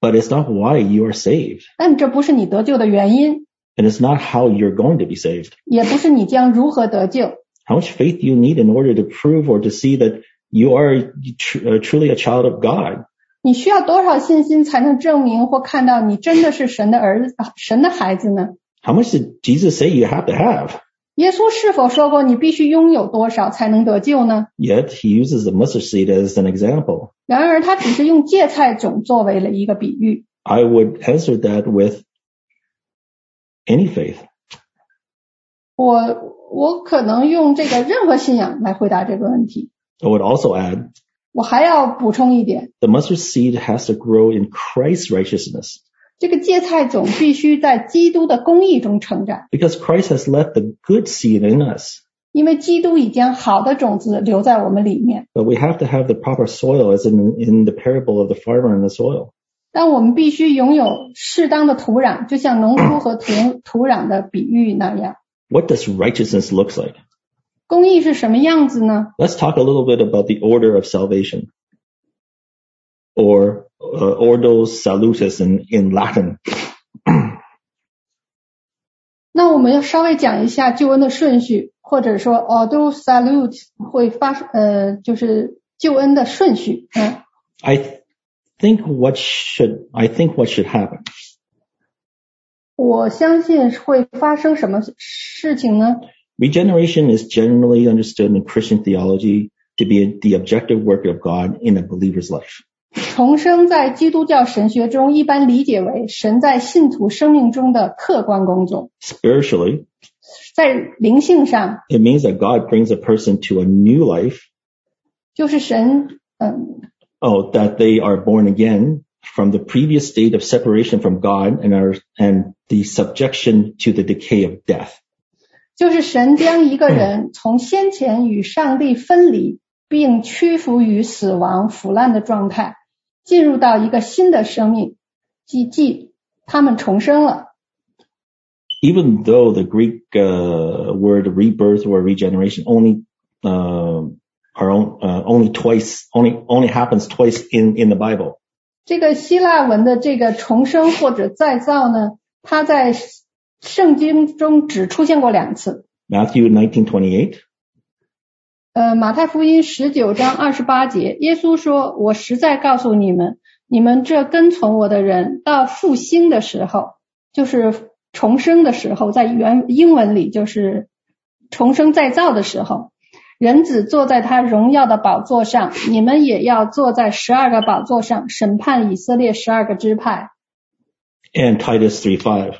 [SPEAKER 1] but it's not why you are saved.
[SPEAKER 2] 但这不是你得救的原因，
[SPEAKER 1] And it's not how you're going to be saved.
[SPEAKER 2] 也不是你将如何得救。
[SPEAKER 1] How much faith do you need in order to prove or to see that you are tr- uh, truly a child of God?
[SPEAKER 2] 你需要多少信心才能证明或看到你真的是神的儿子、啊神的孩子呢？
[SPEAKER 1] How much did Jesus say you have to have?
[SPEAKER 2] 耶稣是否说过你必须拥有多少才能得救呢？
[SPEAKER 1] Yet he uses the mustard seed as an example.
[SPEAKER 2] 然而，他只是用芥菜种作为了一个比喻。
[SPEAKER 1] I would answer that with any faith.
[SPEAKER 2] 我我可能用这个任何信仰来回答这个问题。
[SPEAKER 1] I would also add
[SPEAKER 2] 我还要补充一点，
[SPEAKER 1] the mustard seed has to grow in Christ's righteousness
[SPEAKER 2] 这个芥菜种必须在基督的公义中成长，
[SPEAKER 1] because Christ has left the good seed in us.
[SPEAKER 2] 因为基督已将好的种子留在我们里面。
[SPEAKER 1] But we have to have the proper soil as in, in the parable of the farmer and the soil.
[SPEAKER 2] 但我们必须拥有适当的土壤，就像农夫和土土壤的比喻那样。
[SPEAKER 1] What does righteousness look like?
[SPEAKER 2] 公益是什么样子呢？
[SPEAKER 1] Let's talk a little bit about the order of salvation or uh, ordo salutis in, in Latin.
[SPEAKER 2] 那我们要稍微讲一下救恩的顺序，或者说 ordo salut 会发呃，就是救恩的顺序。嗯，
[SPEAKER 1] I th- think what should I think what should happen.
[SPEAKER 2] 我相信会发生什么事情呢？
[SPEAKER 1] Regeneration is generally understood in Christian theology to be the objective work of God in a believer's life.
[SPEAKER 2] 重生在基督教神学中一般理解为神在信徒生命中的客观工作，
[SPEAKER 1] Spiritually,
[SPEAKER 2] 在灵性上
[SPEAKER 1] it means that God brings a person to a new life,
[SPEAKER 2] 就是神嗯
[SPEAKER 1] oh, that they are born again from the previous state of separation from God and are and the subjection to the decay of death.
[SPEAKER 2] 就是神将一个人从先前与上帝分离，并屈服于死亡腐烂的状态，进入到一个新的生命，即即他们重生了。
[SPEAKER 1] even though the Greek uh, word rebirth or regeneration only uh, are on, uh, only twice only only happens twice in in the Bible.
[SPEAKER 2] 这个希腊文的这个重生或者再造呢，它在圣经中只出现过两次。
[SPEAKER 1] Matthew 19:28,
[SPEAKER 2] 呃，马太福音十九章二十八节，耶稣说：“我实在告诉你们，你们这跟从我的人，到复兴的时候，就是重生的时候，在原英文里就是重生再造的时候，人子坐在他荣耀的宝座上，你们也要坐在十二个宝座上，审判以色列十二个支派。
[SPEAKER 1] and Titus 3:5. ”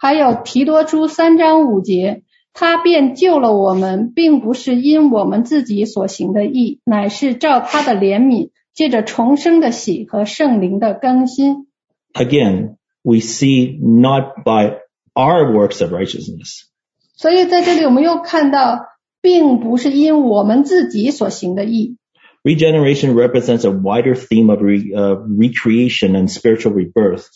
[SPEAKER 2] 还有提多书三章五节，他便救了我们，并不是因我们自己所行的义，乃是照他的怜悯，借着重生的喜和圣灵的更新。
[SPEAKER 1] Again, we see not by our works of righteousness,
[SPEAKER 2] 所以在这里，我们又看到，并不是因我们自己所行的义。
[SPEAKER 1] regeneration represents a wider theme of re, uh, recreation and spiritual rebirth.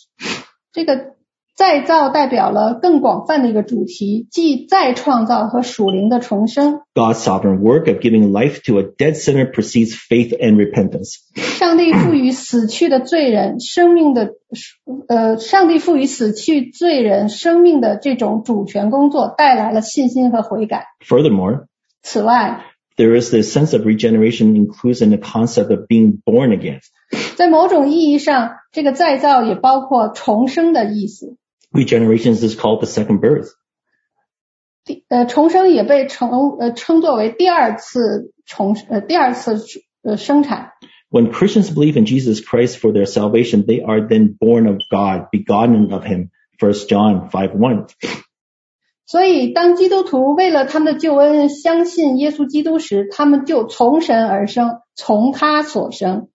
[SPEAKER 2] 这个再造代表了更广泛的一个主题，即再创造和属灵的重生。
[SPEAKER 1] God's sovereign work of giving life to a dead sinner precedes faith and repentance.
[SPEAKER 2] 上帝赋予死去的罪人生命的，呃，上帝赋予死去罪人生命的这种主权工作带来了信心和悔改。
[SPEAKER 1] Furthermore,
[SPEAKER 2] 此外，
[SPEAKER 1] there is this sense of regeneration includes in the concept of being born again.
[SPEAKER 2] 在某种意义上，这个再造也包括重生的意思。
[SPEAKER 1] Regeneration is called the second birth.
[SPEAKER 2] 第呃，重生也被称呃称作为第二次重呃第二次呃生产。
[SPEAKER 1] When Christians believe in Jesus Christ for their salvation, they are then born of God, begotten of him. 1 John 5 1.
[SPEAKER 2] 所以，当基督徒为了他们的救恩相信耶稣基督时，他们就从神而生，从他所生。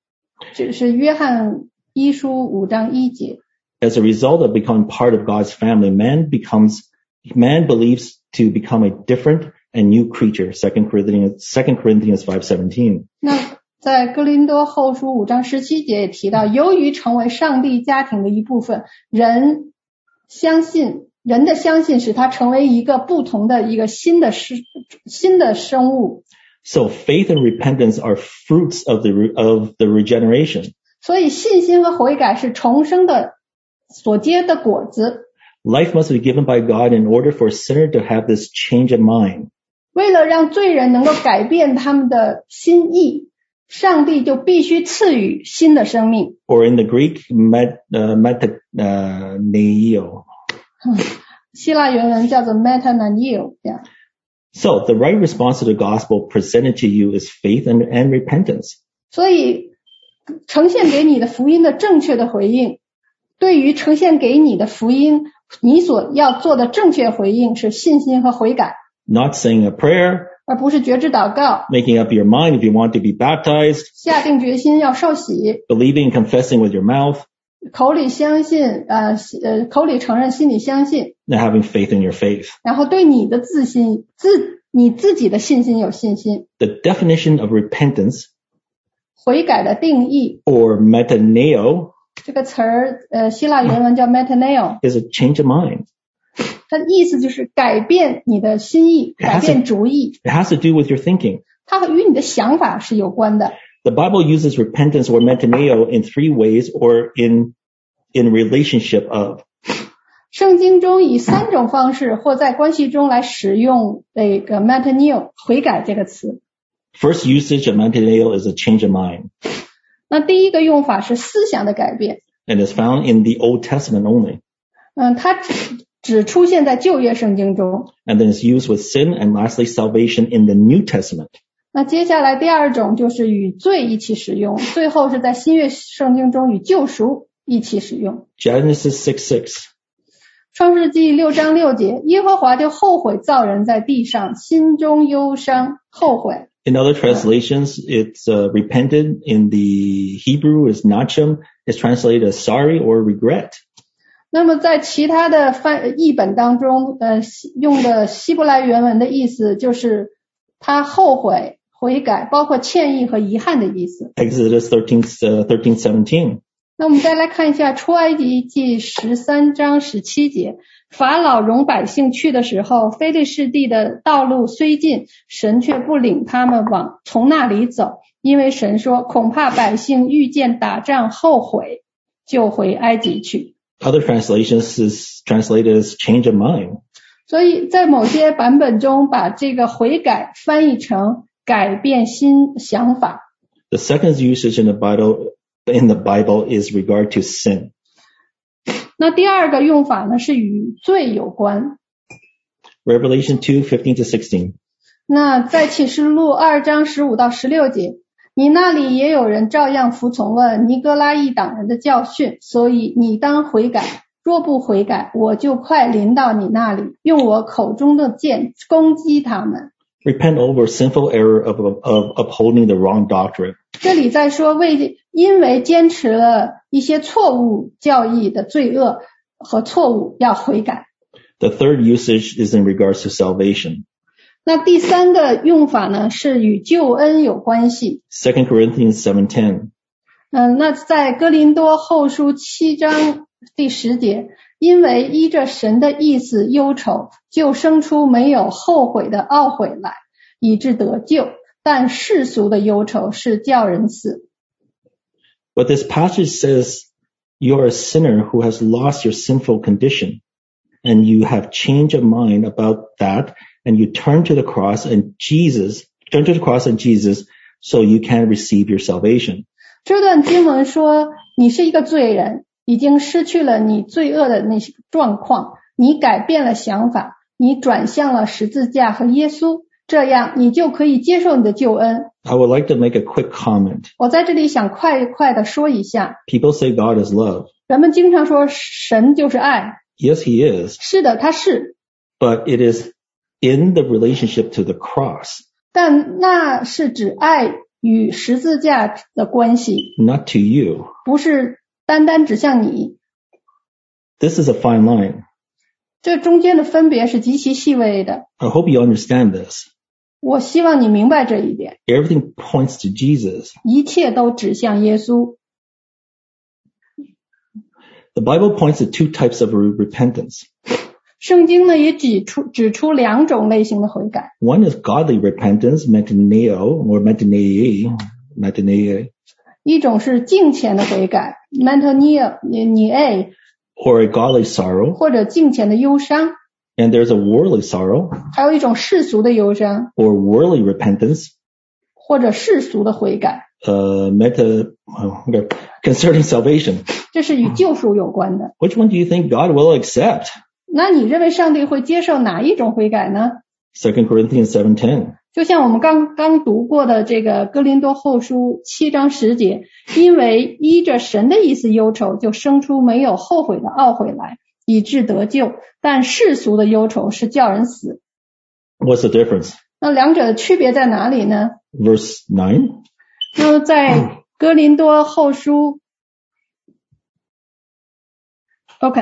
[SPEAKER 2] 这是约翰一书五章一节。
[SPEAKER 1] As a result of becoming part of God's family, man becomes, man believes to become a different and new creature. 2 Corinthians, 2 Corinthians 5.17.
[SPEAKER 2] 那在哥林多后书五章十七节也提到，由于成为上帝家庭的一部分，人相信人的相信使他成为一个不同的一个新的世新的生物。
[SPEAKER 1] So faith and repentance are fruits of the re- of the regeneration.
[SPEAKER 2] 所以信心和悔改是重生的所结的果子。
[SPEAKER 1] Life must be given by God in order for a sinner to have this change of mind.
[SPEAKER 2] 为了让罪人能够改变他们的心意，上帝就必须赐予新的生命。
[SPEAKER 1] Or in the Greek, met, uh, meta, uh, neo.
[SPEAKER 2] 希腊原文叫做 metananeo，这样。
[SPEAKER 1] So the right response to the gospel presented to you is faith and, and repentance.
[SPEAKER 2] 所以呈现给你的福音的正确的回应，对于呈现给你的福音，你所要做的正确回应是信心和悔改，
[SPEAKER 1] Not saying a prayer,
[SPEAKER 2] 而不是觉知祷告，
[SPEAKER 1] making up your mind if you want to be baptized,
[SPEAKER 2] 下定决心要受洗，
[SPEAKER 1] believing and confessing with your mouth,
[SPEAKER 2] 口里相信，呃呃，口里承认，心里相信，
[SPEAKER 1] and having faith in your faith.
[SPEAKER 2] 然后对你的自信自你自己的信心有信心。
[SPEAKER 1] The definition of repentance
[SPEAKER 2] 悔改的定义
[SPEAKER 1] or metaneo
[SPEAKER 2] 这个词儿，呃，希腊原文叫 metaneo，
[SPEAKER 1] is a change of mind.
[SPEAKER 2] 它的意思就是改变你的心意，改变主意。
[SPEAKER 1] It has to do with your thinking.
[SPEAKER 2] 它与你的想法是有关的。
[SPEAKER 1] The Bible uses repentance or metaneo in three ways or in in relationship of.
[SPEAKER 2] 圣经中以三种方式或在关系中来使用这个 metaneo 悔改这个词。
[SPEAKER 1] First usage of metaneo is a change of mind
[SPEAKER 2] 那第一个用法是思想的改变，
[SPEAKER 1] and is found in the Old Testament only
[SPEAKER 2] 嗯，它只只出现在旧约圣经中。
[SPEAKER 1] and then is used with sin and lastly salvation in the New Testament.
[SPEAKER 2] 那接下来第二种就是与罪一起使用，最后是在新约圣经中与救赎一起使用。
[SPEAKER 1] Genesis 6 6.
[SPEAKER 2] 创世纪六章六节，耶和华就后悔造人在地上，心中忧伤，后悔。
[SPEAKER 1] In other translations, it's uh, repented. In the Hebrew, is nachem. It's translated as sorry or regret.
[SPEAKER 2] 那么在其他的翻译本当中，呃，希用的希伯来原文的意思就是他后悔、悔改，包括歉意和遗憾的意思。
[SPEAKER 1] Exodus 13, uh, 13 17.
[SPEAKER 2] 那我们再来看一下出埃及记十三章十七节，法老容百姓去的时候，非利士地的道路虽近，神却不领他们往从那里走，因为神说，恐怕百姓遇见打仗后悔，就回埃及去。
[SPEAKER 1] Other translations is translated as change of mind.
[SPEAKER 2] 所以在某些版本中，把这个悔改翻译成改变新想法。
[SPEAKER 1] The second usage in the Bible in the Bible is regard to sin.
[SPEAKER 2] 那第二个用法呢，是与罪有关。
[SPEAKER 1] Revelation 2, 15 to 16.
[SPEAKER 2] 那在启示录二章十五到十六节，你那里也有人照样服从了尼哥拉一党人的教训，所以你当悔改。若不悔改，我就快临到你那里，用我口中的剑攻击他们。
[SPEAKER 1] Repent over sinful error of, of, of upholding the wrong doctrine.
[SPEAKER 2] 这里在说为因为坚持了一些错误教义的罪恶和错误要悔改。
[SPEAKER 1] The third usage is in regards to salvation.
[SPEAKER 2] 那第三个用法呢是与救恩有关系。
[SPEAKER 1] 2 Corinthians 7:10.
[SPEAKER 2] 嗯，那在哥林多后书七章第十节，因为依着神的意思忧愁，就生出没有后悔的懊悔来，以致得救。但世俗的忧愁是叫人死。
[SPEAKER 1] But this passage says you are a sinner who has lost your sinful condition and you have change of mind about that and you turn to the cross and Jesus, turn to the cross and Jesus so you can receive your salvation.
[SPEAKER 2] 这段经文说，你是一个罪人，已经失去了你罪恶的那些状况，你改变了想法，你转向了十字架和耶稣，这样你就可以接受你的救恩。
[SPEAKER 1] I would like to make a quick comment.
[SPEAKER 2] 我在这里想快快的说一下，
[SPEAKER 1] People say God is love.
[SPEAKER 2] 人们经常说神就是爱，
[SPEAKER 1] Yes, he is,
[SPEAKER 2] 是的，他是，
[SPEAKER 1] but it is in the relationship to the cross,
[SPEAKER 2] 但那是指爱与十字架的关系，
[SPEAKER 1] not to you.
[SPEAKER 2] 不是单单指向你。
[SPEAKER 1] This is a fine line.
[SPEAKER 2] 这中间的分别是极其细微的。
[SPEAKER 1] I hope you understand this.
[SPEAKER 2] 我希望你明白这一点。
[SPEAKER 1] Everything points to Jesus.
[SPEAKER 2] 一切都指向耶稣。
[SPEAKER 1] The Bible points to two types of re- repentance.
[SPEAKER 2] 圣经呢也指出指出两种类型的悔改，
[SPEAKER 1] One is godly repentance, metaneo or metanei, metanei,
[SPEAKER 2] 一种是敬前的悔改 m e n t a n i a n i a
[SPEAKER 1] or a godly sorrow,
[SPEAKER 2] 或者敬前的忧伤，
[SPEAKER 1] and there's a worldly sorrow
[SPEAKER 2] 还有一种世俗的忧伤
[SPEAKER 1] or worldly repentance,
[SPEAKER 2] 或者世俗的悔改，
[SPEAKER 1] uh, meta oh, okay, concerning salvation.
[SPEAKER 2] 这是与救赎有关的。
[SPEAKER 1] Which one do you think God will accept?
[SPEAKER 2] 那你认为上帝会接受哪一种悔改呢？
[SPEAKER 1] Second Corinthians seven ten.
[SPEAKER 2] 就像我们刚刚读过的这个《哥林多后书》七章十节，因为依着神的意思忧愁，就生出没有后悔的懊悔来，以致得救。但世俗的忧愁是叫人死。
[SPEAKER 1] What's the difference?
[SPEAKER 2] 那两者的区别在哪里呢？
[SPEAKER 1] Verse nine.
[SPEAKER 2] 那么在《哥林多后书》，OK，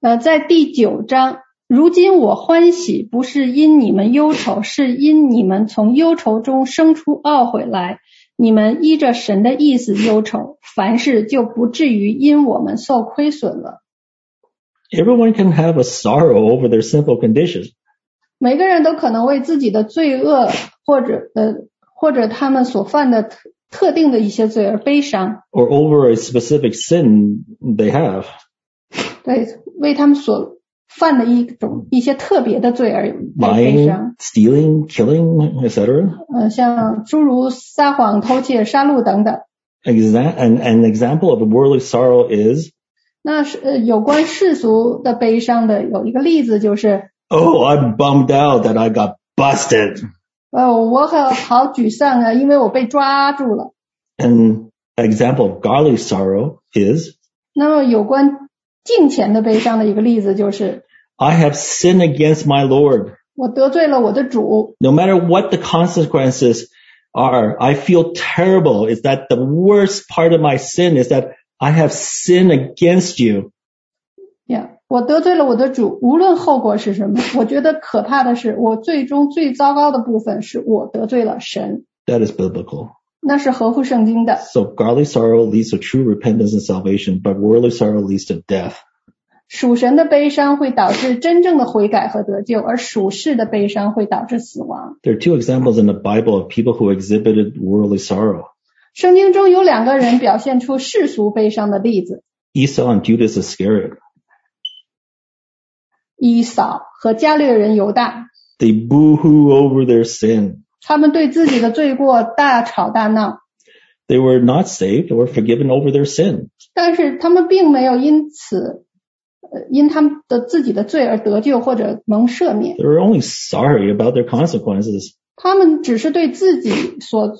[SPEAKER 2] 呃，在第九章，如今我欢喜，不是因你们忧愁，是因你们从忧愁中生出懊悔来。你们依着神的意思忧愁，凡事就不至于因我们受亏损了。
[SPEAKER 1] Everyone can have a sorrow over their simple condition.
[SPEAKER 2] 每个人都可能为自己的罪恶，或者呃，或者他们所犯的特特定的一些罪而悲伤。
[SPEAKER 1] or over a specific sin they have.
[SPEAKER 2] 对，为他们所犯的一种一些特别的罪而而悲
[SPEAKER 1] Lying,
[SPEAKER 2] 伤。
[SPEAKER 1] stealing, killing, etc.
[SPEAKER 2] 呃，像诸如撒谎、偷窃、杀戮等等。
[SPEAKER 1] Exa- an, an example of a worldly sorrow is,
[SPEAKER 2] 那是呃有关世俗的悲伤的有一个例子就是，
[SPEAKER 1] oh, I'm bummed out that I got busted.
[SPEAKER 2] 呃，我很好沮丧啊，因为我被抓住了。
[SPEAKER 1] An example of godly sorrow is,
[SPEAKER 2] 那么有关敬虔的悲伤的一个例子就是，
[SPEAKER 1] I have sinned against my Lord.
[SPEAKER 2] 我得罪了我的主，
[SPEAKER 1] No matter what the consequences are, I feel terrible. Is that the worst part of my sin is that I have sinned against you.
[SPEAKER 2] 呀，我得罪了我的主，无论后果是什么，我觉得可怕的是，我最终最糟糕的部分是我得罪了神，
[SPEAKER 1] That is biblical.
[SPEAKER 2] 那是合乎圣经的。
[SPEAKER 1] So godly sorrow leads to true repentance and salvation, but worldly sorrow leads to death.
[SPEAKER 2] 属神的悲伤会导致真正的悔改和得救，而属世的悲伤会导致死亡。
[SPEAKER 1] There are two examples in the Bible of people who exhibited worldly sorrow.
[SPEAKER 2] 圣经中有两个人表现出世俗悲伤的例子：
[SPEAKER 1] Esau and Judas Iscariot.
[SPEAKER 2] 以扫和加略人犹大。
[SPEAKER 1] They boo-hoo over their sin.
[SPEAKER 2] 他们对自己的罪过大吵大闹，
[SPEAKER 1] They were not saved or forgiven over their sin.
[SPEAKER 2] 但是他们并没有因此，呃，因他们的自己的罪而得救或者蒙赦免。
[SPEAKER 1] They were only sorry about their consequences.
[SPEAKER 2] 他们只是对自己所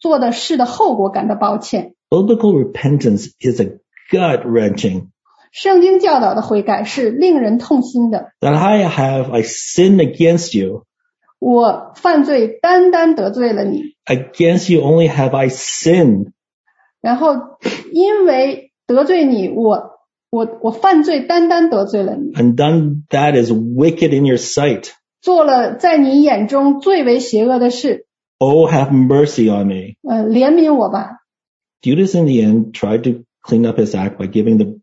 [SPEAKER 2] 做的事的后果感到抱歉。
[SPEAKER 1] Biblical repentance is a gut wrenching.
[SPEAKER 2] 圣经教导的悔改是令人痛心的，
[SPEAKER 1] That I have, I sinned against you.
[SPEAKER 2] 我犯罪单单得罪了你，
[SPEAKER 1] Against you only have I sinned.
[SPEAKER 2] 然后因为得罪你，我我我犯罪单单得罪了你，
[SPEAKER 1] and done that is wicked in your sight.
[SPEAKER 2] 做了在你眼中最为邪恶的事，
[SPEAKER 1] Oh, have mercy on me.
[SPEAKER 2] 呃，怜悯我吧。
[SPEAKER 1] Judas in the end tried to clean up his act by giving the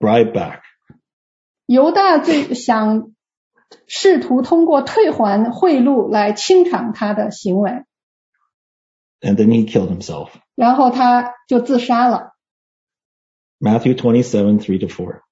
[SPEAKER 1] bribe back.
[SPEAKER 2] 犹大最想试图通过退还贿赂来清偿他的行为，
[SPEAKER 1] And then he killed himself.
[SPEAKER 2] 然后他就自杀了。
[SPEAKER 1] Matthew 27, 3 to 4.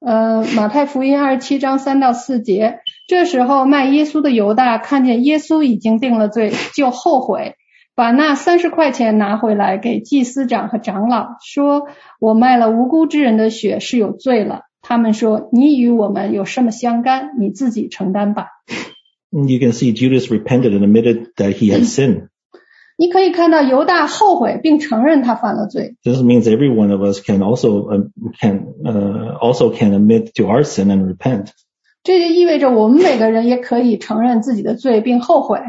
[SPEAKER 2] 呃，马太福音二十七章三到四节，这时候卖耶稣的犹大看见耶稣已经定了罪，就后悔，把那三十块钱拿回来给祭司长和长老，说：“我卖了无辜之人的血是有罪了。”他们说：“你与我们有什么相干？你自己承担吧。
[SPEAKER 1] And You can see Judas repented and admitted that he had sinned. ”
[SPEAKER 2] 你可以看到犹大后悔并承认他犯了罪，
[SPEAKER 1] This means every one of us can also um, can uh, also can admit to our sin and repent.
[SPEAKER 2] 这就意味着我们每个人也可以承认自己的罪并后悔。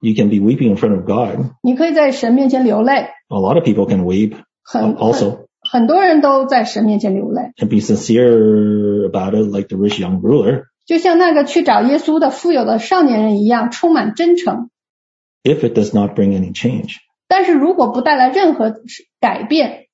[SPEAKER 1] You can be weeping in front of God.
[SPEAKER 2] 你可以在神面前流泪，
[SPEAKER 1] A lot of people can weep
[SPEAKER 2] 很
[SPEAKER 1] uh, also.
[SPEAKER 2] 很很多人都在神面前流泪，
[SPEAKER 1] and be sincere about it, like the rich young ruler,
[SPEAKER 2] 就像那个去找耶稣的富有的少年人一样，充满真诚。
[SPEAKER 1] if it does not bring any change.
[SPEAKER 2] 但是如果不带来任何改变，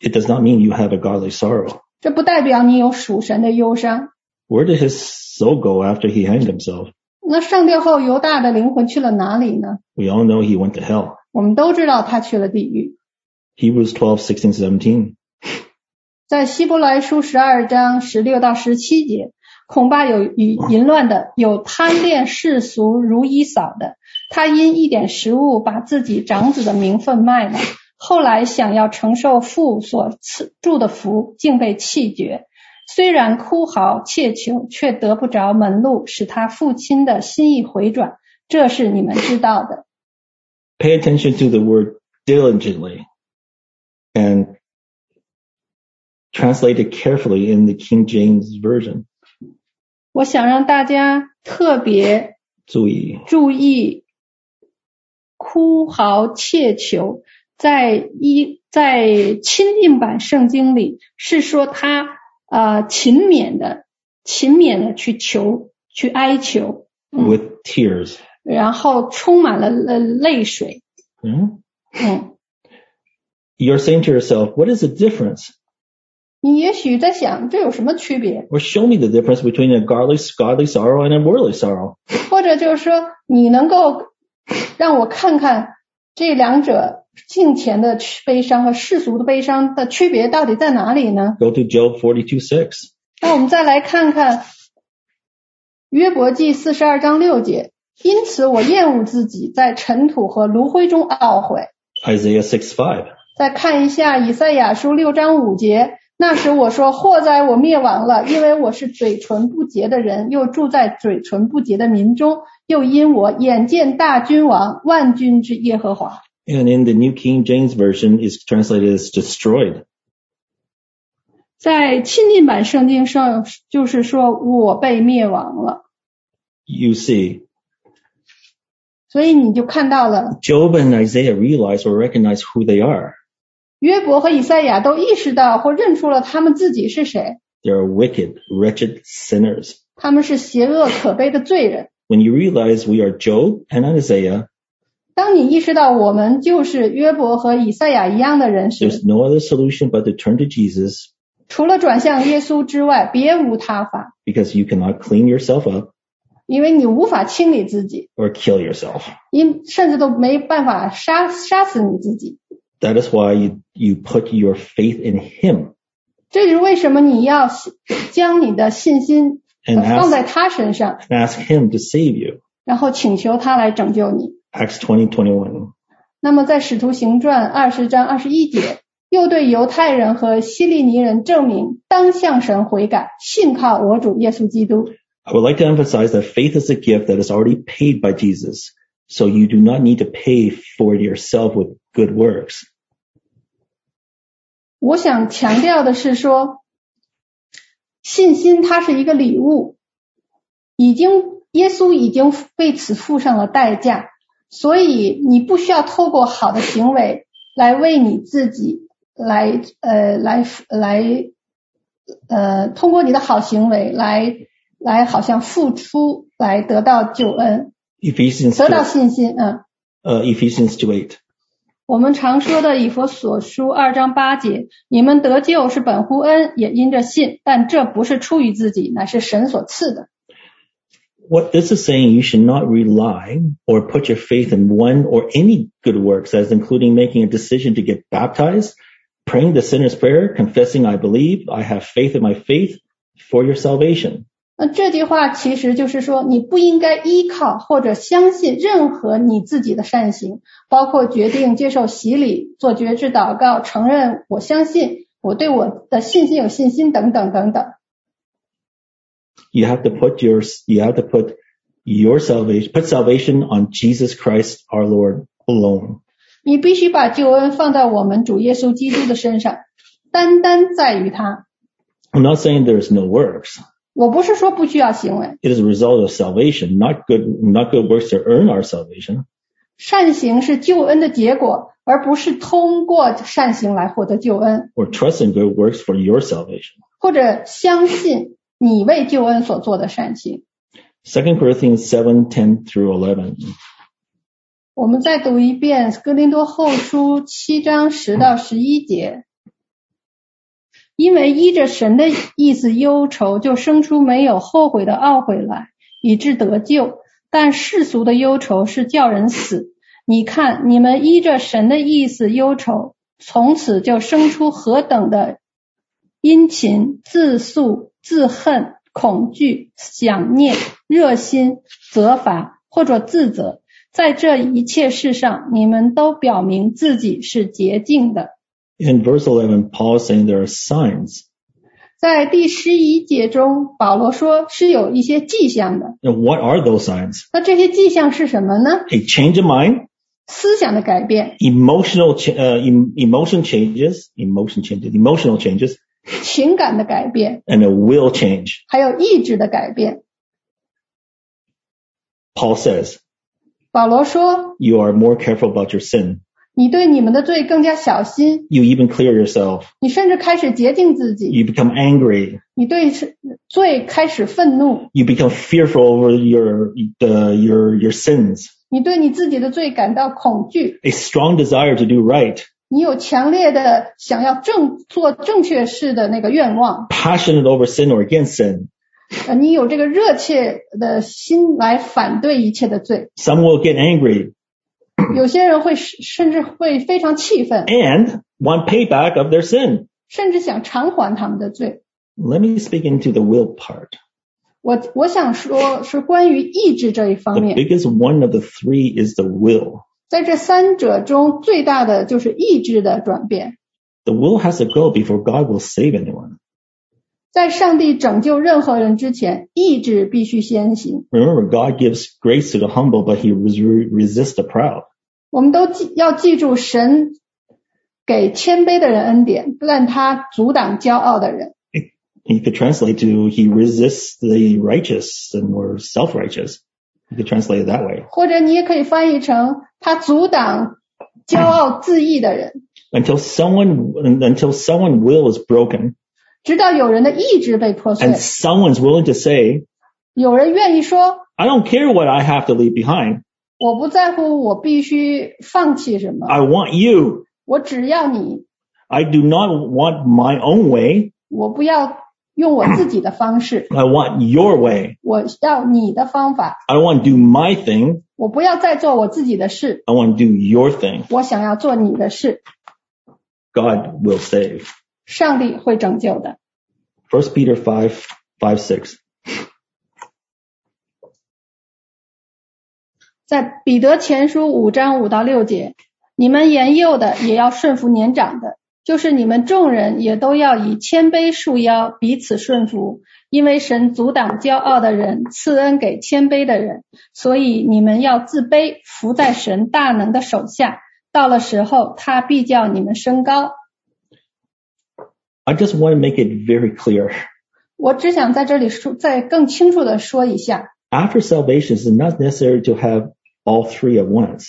[SPEAKER 1] It does not mean you have a godly sorrow.
[SPEAKER 2] 这不代表你有属神的忧伤。
[SPEAKER 1] Where did his soul go after he hanged himself?
[SPEAKER 2] 那上吊后犹大的灵魂去了哪里呢？
[SPEAKER 1] We all know he went to hell.
[SPEAKER 2] 我们都知道他去了地狱。
[SPEAKER 1] Hebrews 12, 16, 17.
[SPEAKER 2] 在希伯来书十二章十六到十七节，恐怕有与淫乱的，有贪恋世俗如衣扫的，他因一点食物把自己长子的名分卖了，后来想要承受父所赐住的福，竟被弃绝。虽然哭嚎切求，却得不着门路，使他父亲的心意回转，这是你们知道的。
[SPEAKER 1] Pay attention to the word diligently and translate it carefully in the King James Version.
[SPEAKER 2] 我想让大家特别
[SPEAKER 1] 注意
[SPEAKER 2] 注意哭嚎切求，在一在亲近版圣经里是说他呃勤勉的勤勉的去求去哀求，
[SPEAKER 1] with tears.
[SPEAKER 2] 然后充满了呃泪水。
[SPEAKER 1] Yeah?
[SPEAKER 2] 嗯，
[SPEAKER 1] You're saying to yourself, what is the difference?
[SPEAKER 2] 你也许在想这有什么区别？
[SPEAKER 1] Or show me the difference between a godly, godly sorrow and a worldly sorrow.
[SPEAKER 2] 或者就是说，你能够让我看看这两者敬虔的悲伤和世俗的悲伤的区别到底在哪里呢？
[SPEAKER 1] Go to Job 42, 6.
[SPEAKER 2] 那我们再来看看约伯记四十二章六节。因此，我厌恶自己在尘土和炉灰中懊悔。
[SPEAKER 1] Isaiah 6, 5.
[SPEAKER 2] 再看一下以赛亚书六章五节。那时我说：“祸哉，我灭亡了，因为我是嘴唇不洁的人，又住在嘴唇不洁的民中，又因我眼见大君王，万军之耶和华。
[SPEAKER 1] And in the New King James Version is translated as destroyed. ”
[SPEAKER 2] 在亲近版圣经上，就是说我被灭亡了，
[SPEAKER 1] You see,
[SPEAKER 2] 所以你就看到了
[SPEAKER 1] Job and Isaiah realize or recognize who they are.
[SPEAKER 2] 约伯和以赛亚都意识到或认出了他们自己是谁，
[SPEAKER 1] They're wicked, wretched sinners.
[SPEAKER 2] 他们是邪恶可悲的罪人。
[SPEAKER 1] When you realize we are Job and Isaiah,
[SPEAKER 2] 当你意识到我们就是约伯和以赛亚一样的人时，
[SPEAKER 1] there's no other solution but to turn to Jesus
[SPEAKER 2] 除了转向耶稣之外，别无他法。
[SPEAKER 1] because you cannot clean yourself up
[SPEAKER 2] 因为你无法清理自己，
[SPEAKER 1] or kill yourself.
[SPEAKER 2] 因甚至都没办法杀杀死你自己。
[SPEAKER 1] That is why you, you put your faith in Him
[SPEAKER 2] 这就是为什么你要信将你的信心
[SPEAKER 1] and
[SPEAKER 2] 呃放
[SPEAKER 1] ask,
[SPEAKER 2] 在他身上，
[SPEAKER 1] ask Him to save you.
[SPEAKER 2] 然后请求他来拯救你。
[SPEAKER 1] Acts 20, 21.
[SPEAKER 2] 那么在《使徒行传》二十章二十一节，又对犹太人和希利尼人证明，当向神悔改，信靠我主耶稣基督。
[SPEAKER 1] I would like to emphasize that faith is a gift that is already paid by Jesus. So you do not need to pay for it yourself with good works.
[SPEAKER 2] 我想强调的是说，信心它是一个礼物，已经耶稣已经为此付上了代价，所以你不需要透过好的行为来为你自己来呃来来呃通过你的好行为来来好像付出来得到救恩，
[SPEAKER 1] Ephesians 2,
[SPEAKER 2] 得到
[SPEAKER 1] uh,
[SPEAKER 2] 信心，嗯。
[SPEAKER 1] Ephesians 2, 8.
[SPEAKER 2] 我们常说的以佛所书二章八节，你们得救是本乎恩，也因着信，但这不是出于自己，乃是神所赐的。
[SPEAKER 1] What this is saying, you should not rely or put your faith in one or any good works as including making a decision to get baptized, praying the sinner's prayer, confessing I believe, I have faith in my faith for your salvation.
[SPEAKER 2] 那这句话其实就是说，你不应该依靠或者相信任何你自己的善行，包括决定接受洗礼、做觉知祷告、承认我相信我对我的信心有信心等等等等。
[SPEAKER 1] You have to put your, you have to put your salvation, put salvation on Jesus Christ our Lord alone.
[SPEAKER 2] 你必须把救恩放在我们主耶稣基督的身上，单单在于他。
[SPEAKER 1] I'm not saying there's no works.
[SPEAKER 2] 我不是说不需要行为。
[SPEAKER 1] It is a result of salvation, not good, not good works to earn our salvation.
[SPEAKER 2] 善行是救恩的结果，而不是通过善行来获得救恩，
[SPEAKER 1] or trust in good works for your salvation.
[SPEAKER 2] 或者相信你为救恩所做的善行。
[SPEAKER 1] Second Corinthians 7, 10 through 11.
[SPEAKER 2] 我们再读一遍《哥林多后书》七章十到十一节。因为依着神的意思忧愁，就生出没有后悔的懊悔来，以致得救。但世俗的忧愁是叫人死。你看，你们依着神的意思忧愁，从此就生出何等的殷勤、自诉、自恨、恐惧、想念、热心、责罚或者自责。在这一切事上，你们都表明自己是洁净的。
[SPEAKER 1] In verse 11, Paul is saying there are signs.
[SPEAKER 2] 在第十一节中，保罗说是有一些迹象的。
[SPEAKER 1] And what are those signs?
[SPEAKER 2] 那这些迹象是什么呢？
[SPEAKER 1] A change of mind,
[SPEAKER 2] 思想的改变、
[SPEAKER 1] emotional cha- uh, em- emotion changes, emotion changes, emotional changes,
[SPEAKER 2] 情感的改变，
[SPEAKER 1] and a will change.
[SPEAKER 2] 还有意志的改变。
[SPEAKER 1] Paul says
[SPEAKER 2] 保罗说
[SPEAKER 1] you are more careful about your sin.：“
[SPEAKER 2] 你对你们的罪更加小心，
[SPEAKER 1] You even clear yourself.
[SPEAKER 2] 你甚至开始洁净自己，
[SPEAKER 1] You become angry.
[SPEAKER 2] 你对罪开始愤怒，
[SPEAKER 1] You become fearful over your the, your your sins.
[SPEAKER 2] 你对你自己的罪感到恐惧，
[SPEAKER 1] A strong desire to do right,
[SPEAKER 2] 你有强烈的想要正做正确事的那个愿望，
[SPEAKER 1] passionate over sin or against sin.
[SPEAKER 2] 呃，你有这个热切的心来反对一切的罪。
[SPEAKER 1] Some will get angry
[SPEAKER 2] 有些人会甚至会非常气愤，
[SPEAKER 1] and want payback of their sin.
[SPEAKER 2] 甚至想偿还他们的罪。
[SPEAKER 1] Let me speak into the will part.
[SPEAKER 2] 我我想说，是关于意志这一方
[SPEAKER 1] The
[SPEAKER 2] 面，
[SPEAKER 1] biggest one of the three is the will.
[SPEAKER 2] 在这三者中最大的就是意志的转变。
[SPEAKER 1] The will has to go before God will save anyone.
[SPEAKER 2] 在上帝拯救任何人之前，意志必须先行。
[SPEAKER 1] Remember, God gives grace to the humble, but he res- resists the proud.
[SPEAKER 2] 我们都记要记住，神给谦卑的人恩典，但他阻挡骄傲的人。
[SPEAKER 1] You could translate to he resists the righteous and or self-righteous. You could translate it that way.
[SPEAKER 2] 或者你也可以翻译成他阻挡骄傲自义的人，
[SPEAKER 1] Until someone, until someone's will is broken
[SPEAKER 2] 直到有人的意志被破碎
[SPEAKER 1] and，someone's willing to say,
[SPEAKER 2] 有人愿意说
[SPEAKER 1] I don't care what I have to leave behind.
[SPEAKER 2] 我不在乎，我必须放弃什么，
[SPEAKER 1] I want you.
[SPEAKER 2] 我只要你，
[SPEAKER 1] I do not want my own way.
[SPEAKER 2] 我不要用我自己的方式，
[SPEAKER 1] I want your way.
[SPEAKER 2] 我要你的方法，
[SPEAKER 1] I want to do my thing.
[SPEAKER 2] 我不要再做我自己的事，
[SPEAKER 1] I want to do your thing.
[SPEAKER 2] 我想要做你的事，
[SPEAKER 1] God will save.
[SPEAKER 2] 上帝会拯救的。
[SPEAKER 1] First Peter 5, 5, 6.
[SPEAKER 2] 在彼得前书五章五到六节，你们年幼的也要顺服年长的，就是你们众人也都要以谦卑束腰，彼此顺服，因为神阻挡骄傲的人，赐恩给谦卑的人，所以你们要自卑，服在神大能的手下。到了时候，他必叫你们升高。
[SPEAKER 1] I just want to make it very clear.
[SPEAKER 2] 我只想在这里说，再更清楚的说一下，
[SPEAKER 1] After salvation, it's not necessary to have all three at once.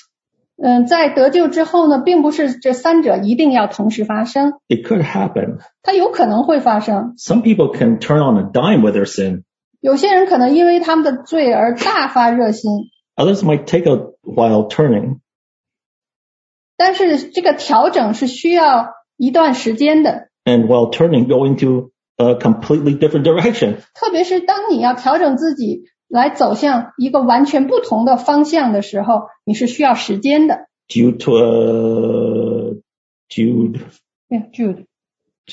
[SPEAKER 2] 嗯，在得救之后呢，并不是这三者一定要同时发生，
[SPEAKER 1] It could happen.
[SPEAKER 2] 它有可能会发生。
[SPEAKER 1] Some people can turn on a dime with their sin.
[SPEAKER 2] 有些人可能因为他们的罪而大发热心，
[SPEAKER 1] Others might take a while turning.
[SPEAKER 2] 但是这个调整是需要一段时间的，
[SPEAKER 1] And while turning, go into a completely different direction.
[SPEAKER 2] 特别是当你要调整自己来走向一个完全不同的方向的时候，你是需要时间的。
[SPEAKER 1] Jude, uh, Jude
[SPEAKER 2] 对，Jude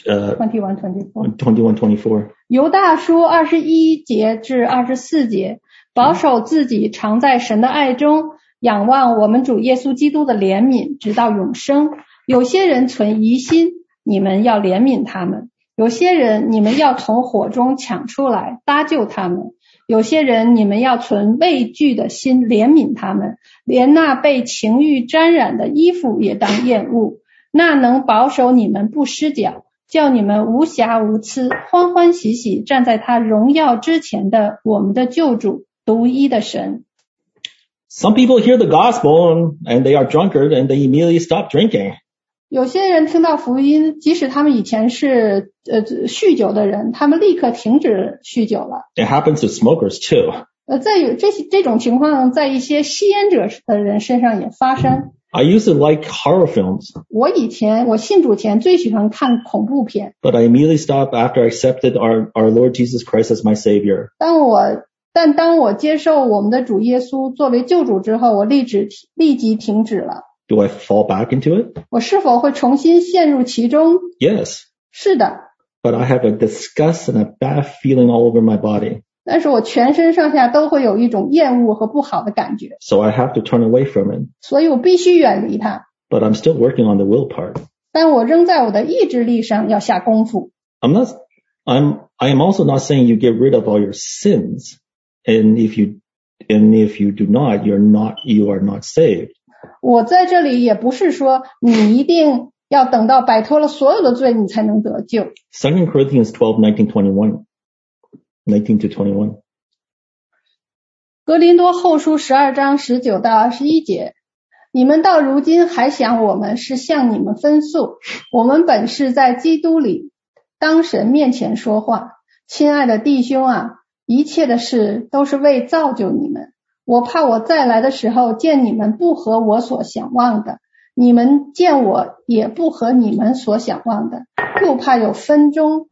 [SPEAKER 1] uh,
[SPEAKER 2] twenty one twenty four，
[SPEAKER 1] 21, 24.
[SPEAKER 2] 犹大书二十一节至二十四节，保守自己常在神的爱中，仰望我们主耶稣基督的怜悯，直到永生。有些人存疑心，你们要怜悯他们；有些人你们要从火中抢出来，搭救他们；有些人你们要存畏惧的心，怜悯他们，连那被情欲沾染的衣服也当厌恶。那能保守你们不失脚，叫你们无瑕无疵，欢欢喜喜站在他荣耀之前的我们的救主，独一的神。
[SPEAKER 1] Some people hear the gospel and, and they are drunkard and they immediately stop drinking.
[SPEAKER 2] 有些人听到福音，即使他们以前是呃酗酒的人，他们立刻停止酗酒了。
[SPEAKER 1] It happens to smokers too.
[SPEAKER 2] 呃呃，在有这些这种情况，在一些吸烟者的人身上也发生。
[SPEAKER 1] I used to like horror films,
[SPEAKER 2] 我以前我信主前最喜欢看恐怖片，
[SPEAKER 1] but I immediately stopped after I accepted our, our Lord Jesus Christ as my Savior.
[SPEAKER 2] 但我但当我接受我们的主耶稣作为救主之后，我立即立即停止了。
[SPEAKER 1] Do I fall back into it?
[SPEAKER 2] 我是否会重新陷入其中？
[SPEAKER 1] Yes,
[SPEAKER 2] 是的，
[SPEAKER 1] but I have a disgust and a bad feeling all over my body.
[SPEAKER 2] 但是我全身上下都会有一种厌恶和不好的感觉，
[SPEAKER 1] So I have to turn away from it.
[SPEAKER 2] 所以我必须远离它。
[SPEAKER 1] But I'm still working on the will part.
[SPEAKER 2] 但我仍在我的意志力上要下功夫。
[SPEAKER 1] I'm not, I'm, I am also not saying you get rid of all your sins. And if you, and if you do not, you're not, you are not saved.
[SPEAKER 2] 我在这里也不是说你一定要等到摆脱了所有的罪，你才能得救。
[SPEAKER 1] Second Corinthians 12, 19, 21, 19 to 21.
[SPEAKER 2] 格林多后书十二章十九到二十一节：你们到如今还想我们是向你们分诉，我们本是在基督里当神面前说话。亲爱的弟兄啊，一切的事都是为造就你们。我怕我再来的时候见你们不合我所想望的，你们见我也不合你们所想望的，又怕有纷争、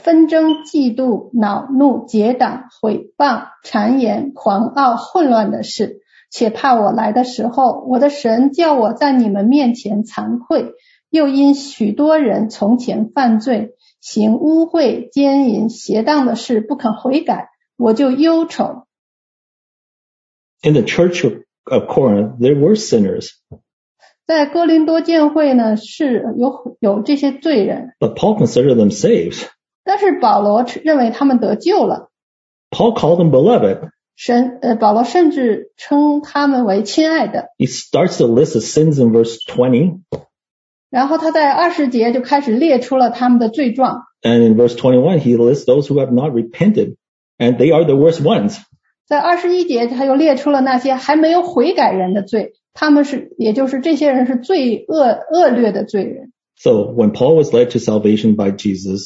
[SPEAKER 2] 纷争、嫉妒、恼怒、结党、毁谤、谗言、狂傲、混乱的事。且怕我来的时候，我的神叫我在你们面前惭愧。又因许多人从前犯罪，行污秽、奸淫、邪荡的事，不肯悔改，我就忧愁。
[SPEAKER 1] In the church of, of Corinth, there were sinners,
[SPEAKER 2] 在哥林多教会呢，是有有这些罪人，
[SPEAKER 1] but Paul considered them saved.
[SPEAKER 2] 但是保罗认为他们得救了。
[SPEAKER 1] Paul called them beloved.
[SPEAKER 2] 神呃，保罗甚至称他们为亲爱的。
[SPEAKER 1] He starts to list the sins in verse 20.
[SPEAKER 2] 然后他在二十节就开始列出了他们的罪状，
[SPEAKER 1] And in verse 21, he lists those who have not repented, and they are the worst ones.
[SPEAKER 2] 在二十一节他又列出了那些还没有悔改人的罪，他们是也就是这些人是最恶恶劣的罪人。
[SPEAKER 1] So when Paul was led to salvation by Jesus,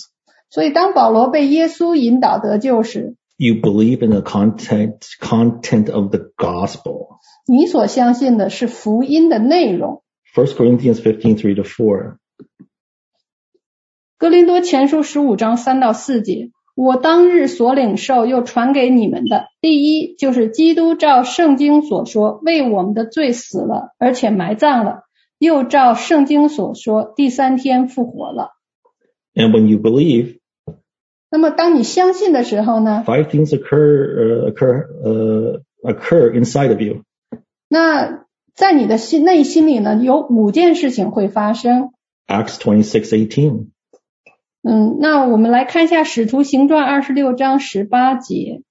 [SPEAKER 2] 所以当保罗被耶稣引导得救时，
[SPEAKER 1] you believe in the content, content of the gospel.
[SPEAKER 2] 你所相信的是福音的内容。
[SPEAKER 1] 1 Corinthians 15, 3 to 4.
[SPEAKER 2] 格林多前书十五章三到四节，我当日所领受又传给你们的，第一就是基督照圣经所说，为我们的罪死了，而且埋葬了；又照圣经所说，第三天复活了。
[SPEAKER 1] And when you believe,
[SPEAKER 2] 那么，当你相信的时候呢？
[SPEAKER 1] five things occur, uh, occur, uh, occur inside of you.
[SPEAKER 2] 那在你的心内心里呢，有五件事情会发生。
[SPEAKER 1] Acts 26, 18.
[SPEAKER 2] 嗯，那我们来看一下《使徒行传》二十六章十八节。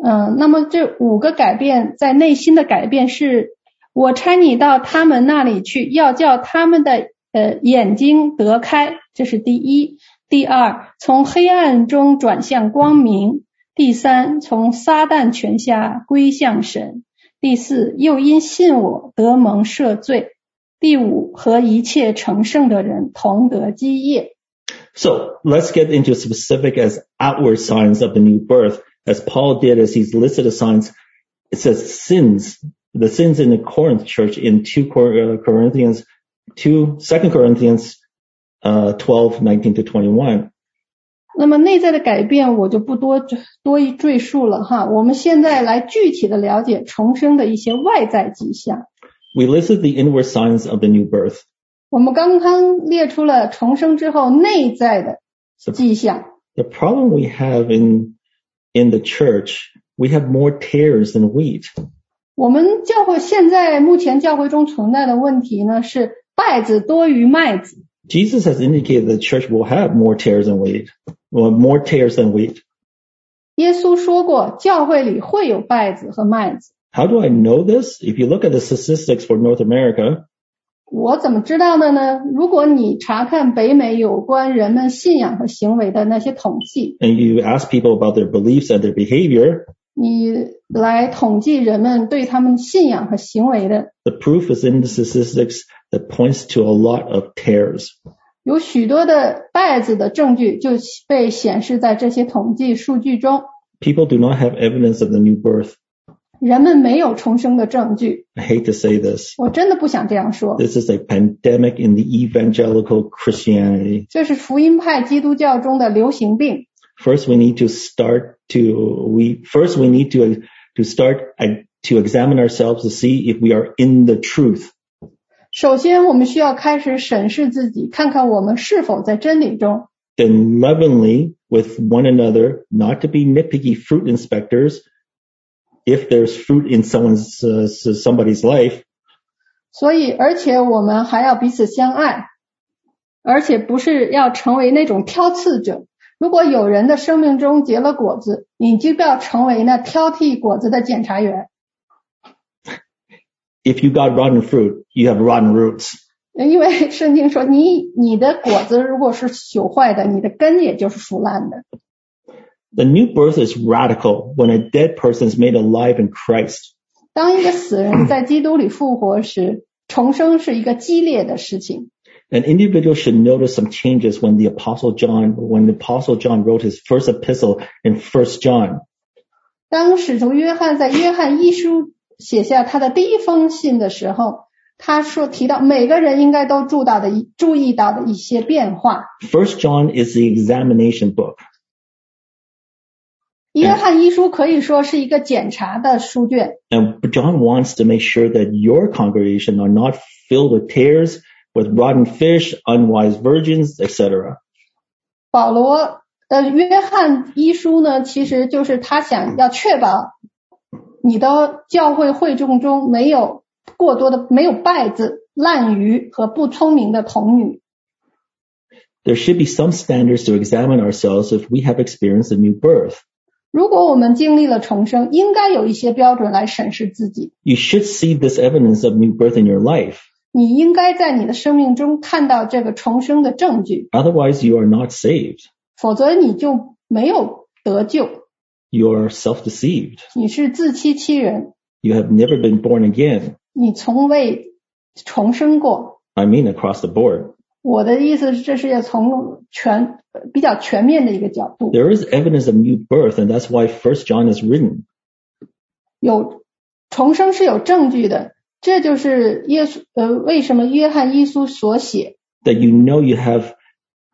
[SPEAKER 2] 嗯，那么这五个改变在内心的改变是：我差你到他们那里去，要叫他们的呃眼睛得开，这是第一；第二，从黑暗中转向光明；第三，从撒旦权下归向神；第四，又因信我得蒙赦罪；第五，和一切成圣的人同得基业。
[SPEAKER 1] So let's get into specific as outward signs of the new birth, as Paul did as he's listed the signs. It says sins, the sins in the Corinth church in 2 Cor- uh, Corinthians, 2, 2 Corinthians uh, 12, 19 to 21.
[SPEAKER 2] 那么内在的改变我就不多多一赘述了哈。我们现在来具体的了解重生的一些外在迹象。
[SPEAKER 1] We listed the inward signs of the new birth.
[SPEAKER 2] 我们刚刚列出了重生之后内在的迹象，
[SPEAKER 1] The problem we have in, in the church, we have more tares than wheat.
[SPEAKER 2] 我们教会现在目前教会中存在的问题呢是稗子多于麦子。
[SPEAKER 1] Jesus has indicated the church will have more tares than wheat, well, more tares than wheat.
[SPEAKER 2] 耶稣说过，教会里会有稗子和麦子。
[SPEAKER 1] How do I know this? If you look at the statistics for North America,
[SPEAKER 2] 我怎么知道的呢？如果你查看北美有关人们信仰和行为的那些统计，
[SPEAKER 1] and you ask people about their beliefs and their behavior,
[SPEAKER 2] 你来统计人们对他们信仰和行为的，
[SPEAKER 1] the proof is in the statistics that points to a lot of tares.
[SPEAKER 2] 有许多的败子的证据就被显示在这些统计数据中。
[SPEAKER 1] People do not have evidence of the new birth.
[SPEAKER 2] 人们没有重生的证据。
[SPEAKER 1] I hate to say this.
[SPEAKER 2] 我真的不想这样说，
[SPEAKER 1] This is a pandemic in the evangelical Christianity.
[SPEAKER 2] 这是福音派基督教中的流行病。
[SPEAKER 1] First, we need to start to, we, first we need to, to start uh, to examine ourselves to see if we are in the truth.
[SPEAKER 2] 首先，我们需要开始审视自己，看看我们是否在真理中。
[SPEAKER 1] Then lovingly with one another, not to be nitpicky fruit inspectors. If there's fruit in someone's, uh, s- somebody's life,
[SPEAKER 2] 所以，而且我们还要彼此相爱，而且不是要成为那种挑刺者。如果有人的生命中结了果子，你就不要成为那挑剔果子的检察员，
[SPEAKER 1] if you got rotten fruit, you have rotten roots.
[SPEAKER 2] 因为圣经说你你的果子如果是朽坏的，你的根也就是腐烂的。
[SPEAKER 1] The new birth is radical when a dead person is made alive in Christ.
[SPEAKER 2] 当一个死人在基督里复活时，重生是一个激烈的事情。
[SPEAKER 1] An individual should notice some changes when the apostle John, when the apostle John wrote his first epistle in first John.
[SPEAKER 2] 当使徒约翰在约翰一书写下他的第一封信的时候，他说提到每个人应该都注到的一注意到的一些变化。
[SPEAKER 1] First John is the examination book.
[SPEAKER 2] 约翰一书可以说是一个检查的书卷，
[SPEAKER 1] And John wants to make sure that your congregation are not filled with tares, with rotten fish, unwise virgins, etc.
[SPEAKER 2] 保罗呃约翰一书呢，其实就是他想要确保你的教会会众中没有过多的没有败子、滥竽和不聪明的童女。
[SPEAKER 1] There should be some standards to examine ourselves if we have experienced a new birth.
[SPEAKER 2] 如果我们经历了重生，应该有一些标准来审视自己。
[SPEAKER 1] You should see this evidence of new birth in your life.
[SPEAKER 2] 你应该在你的生命中看到这个重生的证据，
[SPEAKER 1] Otherwise, you are not saved.
[SPEAKER 2] 否则你就没有得救，
[SPEAKER 1] You are self-deceived.
[SPEAKER 2] 你是自欺欺人，
[SPEAKER 1] You have never been born again.
[SPEAKER 2] 你从未重生过。
[SPEAKER 1] I mean, across the board.
[SPEAKER 2] 我的意思是，这是要从全比较全面的一个角度，
[SPEAKER 1] There is evidence of new birth, and that's why First John is written.
[SPEAKER 2] 有重生是有证据的，这就是耶稣呃为什么约翰一书所写，
[SPEAKER 1] That you know you have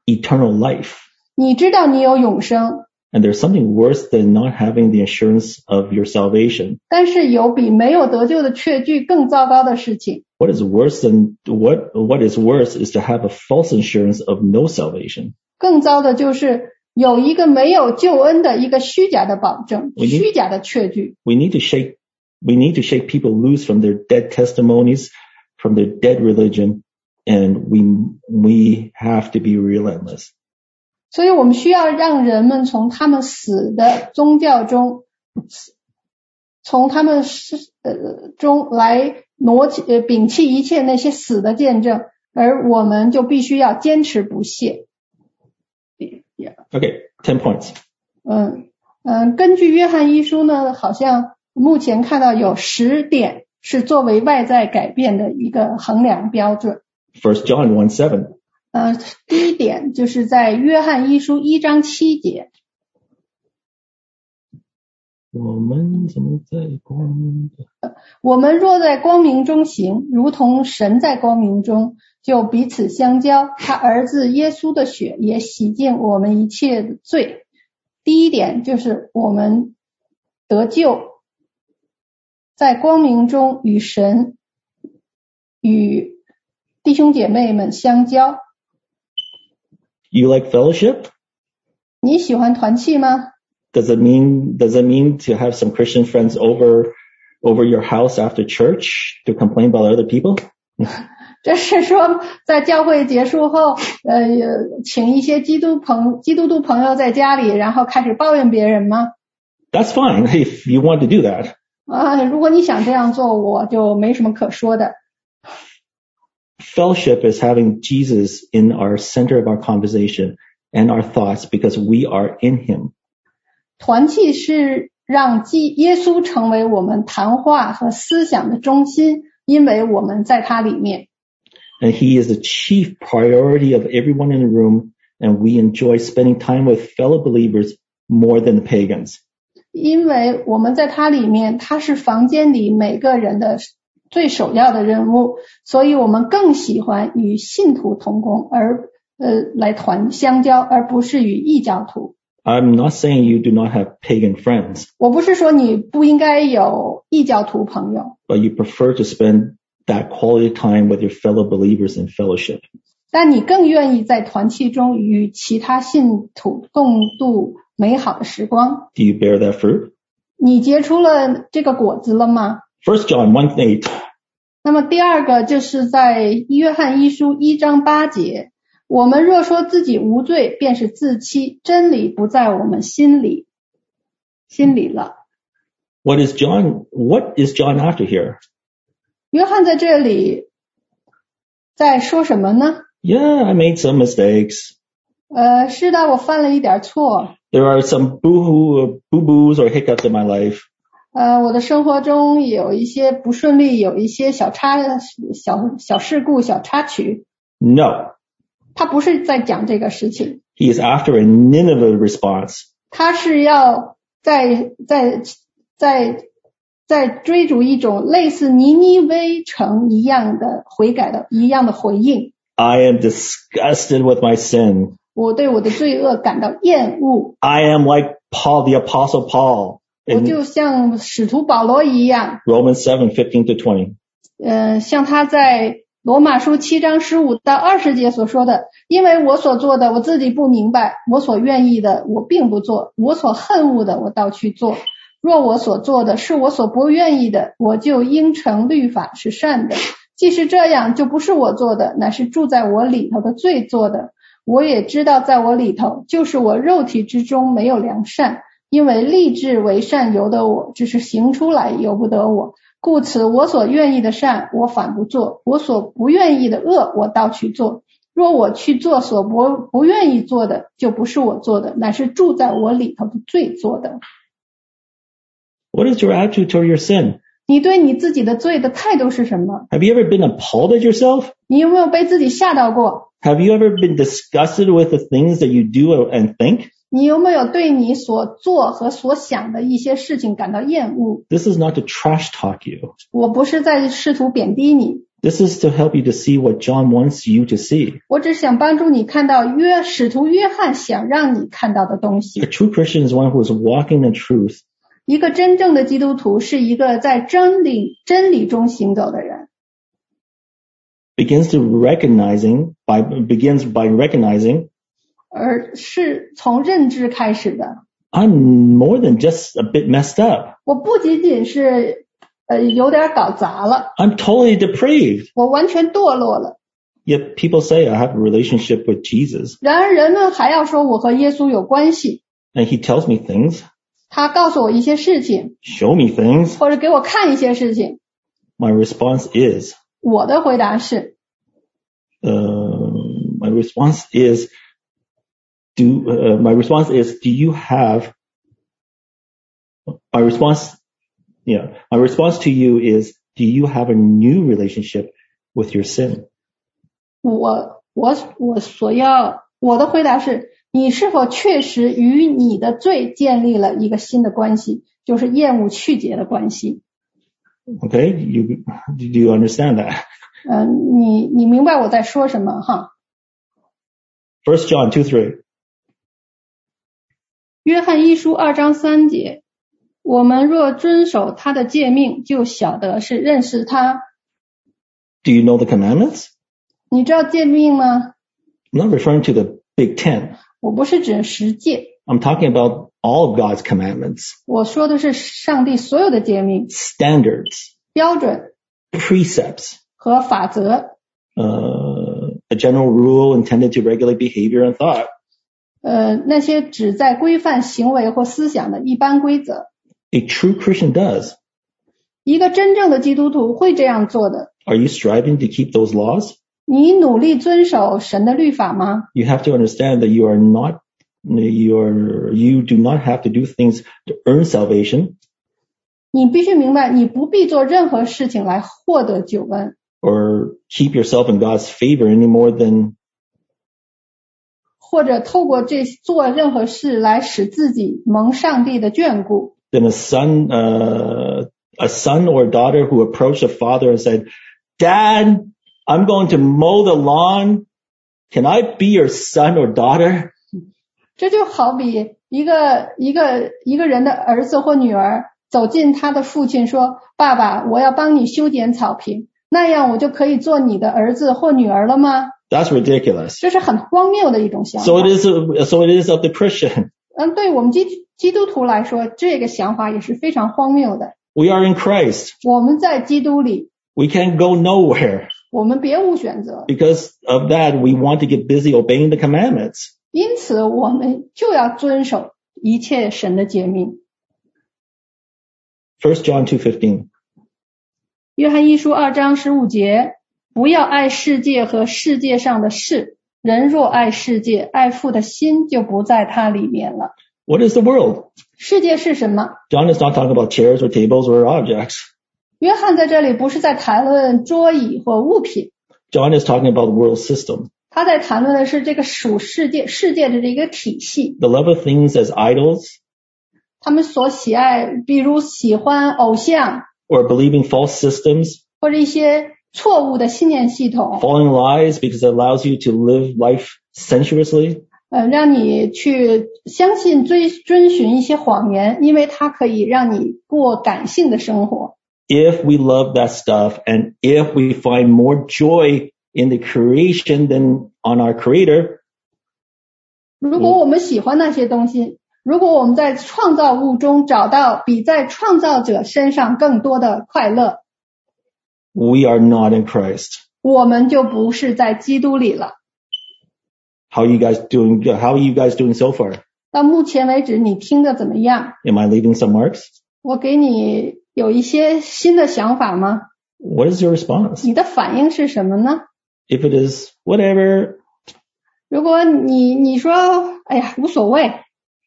[SPEAKER 1] eternal life.
[SPEAKER 2] 你知道你有永生，
[SPEAKER 1] And there's something worse than not having the assurance of your salvation.
[SPEAKER 2] 但是有比没有得救的确据更糟糕的事情。
[SPEAKER 1] What is worse than what what is worse is to have a false assurance of no salvation.
[SPEAKER 2] 更糟的就是有一个没有救恩的一个虚假的保证，
[SPEAKER 1] 我已经
[SPEAKER 2] 虚假的确据。
[SPEAKER 1] We need to shake we need to shake people loose from their dead testimonies, from their dead religion, and we we have to be relentless.
[SPEAKER 2] 所以我们需要让人们从他们死的宗教中，从他们是呃中来挪起呃摒弃一切那些死的见证，而我们就必须要坚持不懈。
[SPEAKER 1] Okay, ten points.
[SPEAKER 2] 嗯嗯，根据约翰一书呢，好像目前看到有十点是作为外在改变的一个衡量标准。
[SPEAKER 1] First John one seven.
[SPEAKER 2] 呃，第一点就是在约翰一书一章七节，我们若在光明中行，如同神在光明中，就彼此相交。他儿子耶稣的血也洗净我们一切的罪。第一点就是我们得救，在光明中与神与弟兄姐妹们相交。
[SPEAKER 1] You like fellowship?
[SPEAKER 2] 你喜欢团契吗？
[SPEAKER 1] Does it mean does it mean to have some Christian friends over over your house after church to complain about other people?
[SPEAKER 2] 这是说，在教会结束后，呃，请一些基督朋基督徒朋友在家里，然后开始抱怨别人吗？
[SPEAKER 1] That's fine if you want to do that.
[SPEAKER 2] 啊，如果你想这样做，我就没什么可说的。
[SPEAKER 1] Fellowship is having Jesus in our center of our conversation and our thoughts because we are in him.
[SPEAKER 2] 团契是让基耶稣成为我们谈话和思想的中心，因为我们在他里面。
[SPEAKER 1] And he is the chief priority of everyone in the room and we enjoy spending time with fellow believers more than the pagans.
[SPEAKER 2] 因为我们在它里面，它是房间里每个人的最首要的任务，所以我们更喜欢与信徒同工，而呃来团相交，而不是与异教徒。
[SPEAKER 1] I'm not saying you do not have pagan friends,
[SPEAKER 2] 我不是说你不应该有异教徒朋友，
[SPEAKER 1] but you prefer to spend that quality time with your fellow believers in fellowship.
[SPEAKER 2] 但你更愿意在团契中与其他信徒共度美好的时光。
[SPEAKER 1] Do you bear that fruit?
[SPEAKER 2] 你结出了这个果子了吗？
[SPEAKER 1] First John 1 8.
[SPEAKER 2] 那么第二个就是在约翰一书一章八节，我们若说自己无罪，便是自欺，真理不在我们心里，心里了。
[SPEAKER 1] What is John? What is John after here?
[SPEAKER 2] 约翰在这里在说什么呢？
[SPEAKER 1] Yeah, I made some mistakes.
[SPEAKER 2] 呃，是的，我犯了一点错，
[SPEAKER 1] There are some boo-hoo, boo-boos or hiccups in my life.
[SPEAKER 2] 呃，我的生活中有一些不顺利，有一些小插小小事故、小插曲。
[SPEAKER 1] No,
[SPEAKER 2] 他不是在讲这个事情，
[SPEAKER 1] he is after a Nineveh response.
[SPEAKER 2] 他是要在在在在追逐一种类似尼尼微城一样的悔改的一样的回应。
[SPEAKER 1] I am disgusted with my sin.
[SPEAKER 2] 我对我的罪恶感到厌恶，
[SPEAKER 1] I am like Paul, the apostle Paul
[SPEAKER 2] 我
[SPEAKER 1] in
[SPEAKER 2] 就像使徒保罗一样，
[SPEAKER 1] Romans 7, 15 to 20.
[SPEAKER 2] 呃，像他在罗马书七章十五到二十节所说的，因为我所做的我自己不明白，我所愿意的我并不做，我所恨恶的我倒去做。若我所做的是我所不愿意的，我就应承律法是善的。既是这样，就不是我做的，乃是住在我里头的罪做的。我也知道，在我里头，就是我肉体之中没有良善，因为立志为善由得我，只是行出来由不得我。故此，我所愿意的善，我反不做；我所不愿意的恶，我倒去做。若我去做所不不愿意做的，就不是我做的，乃是住在我里头的罪做的。
[SPEAKER 1] What is your attitude toward your sin?
[SPEAKER 2] 你对你自己的罪的态度是什么？
[SPEAKER 1] Have you ever been appalled at yourself?
[SPEAKER 2] 你有没有被自己吓到过？
[SPEAKER 1] Have you ever been disgusted with the things that you do and think?
[SPEAKER 2] 你有没有对你所做和所想的一些事情感到厌恶？
[SPEAKER 1] This is not to trash talk you.
[SPEAKER 2] 我不是在试图贬低你，
[SPEAKER 1] This is to help you to see what John wants you to see.
[SPEAKER 2] 我只想帮助你看到约使徒约翰想让你看到的东西
[SPEAKER 1] A。true Christian is one who is walking in truth.
[SPEAKER 2] 一个真正的基督徒是一个在真理真理中行走的人，
[SPEAKER 1] begins to recognizing by begins by recognizing
[SPEAKER 2] 而是从认知开始的。
[SPEAKER 1] I'm more than just a bit messed up.
[SPEAKER 2] 我不仅仅是呃有点搞砸了，
[SPEAKER 1] I'm totally depraved.
[SPEAKER 2] 我完全堕落了。
[SPEAKER 1] Yet people say I have a relationship with Jesus
[SPEAKER 2] 然而人们还要说我和耶稣有关系，
[SPEAKER 1] and he tells me things,
[SPEAKER 2] 他告诉我一些事情，
[SPEAKER 1] show me things.
[SPEAKER 2] 或者给我看一些事情。
[SPEAKER 1] My response is,
[SPEAKER 2] 我的回答是，
[SPEAKER 1] uh, my response is, do, uh, my response is, do you have, my response, yeah, my response to you is, do you have a new relationship with your sin?
[SPEAKER 2] 我我我所要我的回答是，你是否确实与你的罪建立了一个新的关系，就是厌恶去解的关系。
[SPEAKER 1] Okay, you do you understand that?
[SPEAKER 2] 嗯，你你明白我在说什么哈？
[SPEAKER 1] First John two three.
[SPEAKER 2] 约翰一书二章三节，我们若遵守他的诫命，就晓得是认识他。
[SPEAKER 1] Do you know the commandments?
[SPEAKER 2] 你知道诫命吗？
[SPEAKER 1] I'm not referring to the Big Ten.
[SPEAKER 2] 我不是指十诫，
[SPEAKER 1] I'm talking about all of God's commandments,
[SPEAKER 2] 我说的是上帝所有的诫命、
[SPEAKER 1] standards,
[SPEAKER 2] 标准
[SPEAKER 1] precepts,
[SPEAKER 2] 和法则。
[SPEAKER 1] uh, a general rule intended to regulate behavior and thought.
[SPEAKER 2] 呃，那些旨在规范行为或思想的一般规则，
[SPEAKER 1] A true Christian does.
[SPEAKER 2] 一个真正的基督徒会这样做的。
[SPEAKER 1] Are you striving to keep those laws?
[SPEAKER 2] 你努力遵守神的律法吗？
[SPEAKER 1] You have to understand that you are not, you are, you do not have to do things to earn salvation
[SPEAKER 2] 你必须明白，你不必做任何事情来获得救恩，
[SPEAKER 1] or keep yourself in God's favor any more than
[SPEAKER 2] 或者透过这做任何事来使自己蒙上帝的眷顾。
[SPEAKER 1] than a son, uh, a son or daughter who approached a father and said, dad, I'm going to mow the lawn. Can I be your son or daughter?
[SPEAKER 2] 这就好比一个一个一个人的儿子或女儿走进他的父亲说：“爸爸，我要帮你修剪草坪，那样我就可以做你的儿子或女儿了吗
[SPEAKER 1] That's？” ridiculous.
[SPEAKER 2] 这是很荒谬的一种想法。
[SPEAKER 1] So it is, so it is of the Christian.
[SPEAKER 2] 嗯，对我们基基督徒来说，这个想法也是非常荒谬的。
[SPEAKER 1] We are in Christ.
[SPEAKER 2] 我们在基督里，
[SPEAKER 1] We can go nowhere
[SPEAKER 2] 我们别无选择，
[SPEAKER 1] because of that. We want to get busy obeying the commandments.
[SPEAKER 2] 因此我们就要遵守一切神的诫命。
[SPEAKER 1] First John 2.15.
[SPEAKER 2] 约翰一书二章十五节：不要爱世界和世界上的事。人若爱世界，爱父的心就不在它里面了。
[SPEAKER 1] What is the world?
[SPEAKER 2] 世界是什么？
[SPEAKER 1] John is not talking about chairs or tables or objects.
[SPEAKER 2] 约翰在这里不是在谈论桌椅或物品，
[SPEAKER 1] John is talking about the world system.
[SPEAKER 2] 他在谈论的是这个属世界世界的这个体系。
[SPEAKER 1] The love of things as idols
[SPEAKER 2] 他们所喜爱，比如喜欢偶像
[SPEAKER 1] or believing false systems,
[SPEAKER 2] 或者一些错误的信念系统，
[SPEAKER 1] following lies because it allows you to live life sensuously.
[SPEAKER 2] 呃，让你去相信追遵循一些谎言，因为它可以让你过感性的生活。
[SPEAKER 1] If we love that stuff and if we find more joy in the creation than on our creator,
[SPEAKER 2] 如果我们喜欢那些东西，如果我们在创造物中找到比在创造者身上更多的快乐，
[SPEAKER 1] we are not in Christ.
[SPEAKER 2] 我们就不是在基督里了。
[SPEAKER 1] How are you guys doing? How are you guys doing so far?
[SPEAKER 2] 到目前为止，你听的怎么样？
[SPEAKER 1] Am I leaving some marks?
[SPEAKER 2] 我给你有一些新的想法吗？
[SPEAKER 1] What is your response?
[SPEAKER 2] 你的反应是什么呢？
[SPEAKER 1] If it is whatever,
[SPEAKER 2] 如果你你说，哎呀，无所谓，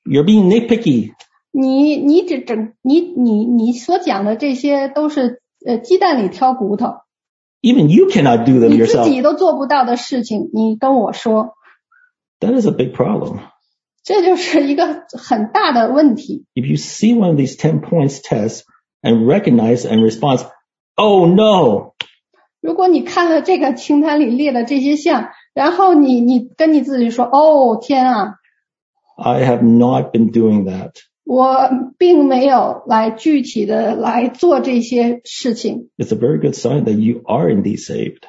[SPEAKER 1] you're being nitpicky.
[SPEAKER 2] 你你只整你你你所讲的这些都是呃鸡蛋里挑骨头，
[SPEAKER 1] Even you cannot do them
[SPEAKER 2] 你自
[SPEAKER 1] yourself.
[SPEAKER 2] 己都做不到的事情，你跟我说，
[SPEAKER 1] That is a big problem.
[SPEAKER 2] 这就是一个很大的问题。
[SPEAKER 1] If you see one of these 10 points tests and recognize and respond, oh no,
[SPEAKER 2] 如果你看了这个清单里列的这些项，然后你你跟你自己说，哦天啊，
[SPEAKER 1] I have not been doing that.
[SPEAKER 2] 我并没有来具体的来做这些事情，
[SPEAKER 1] It's a very good sign that you are indeed saved.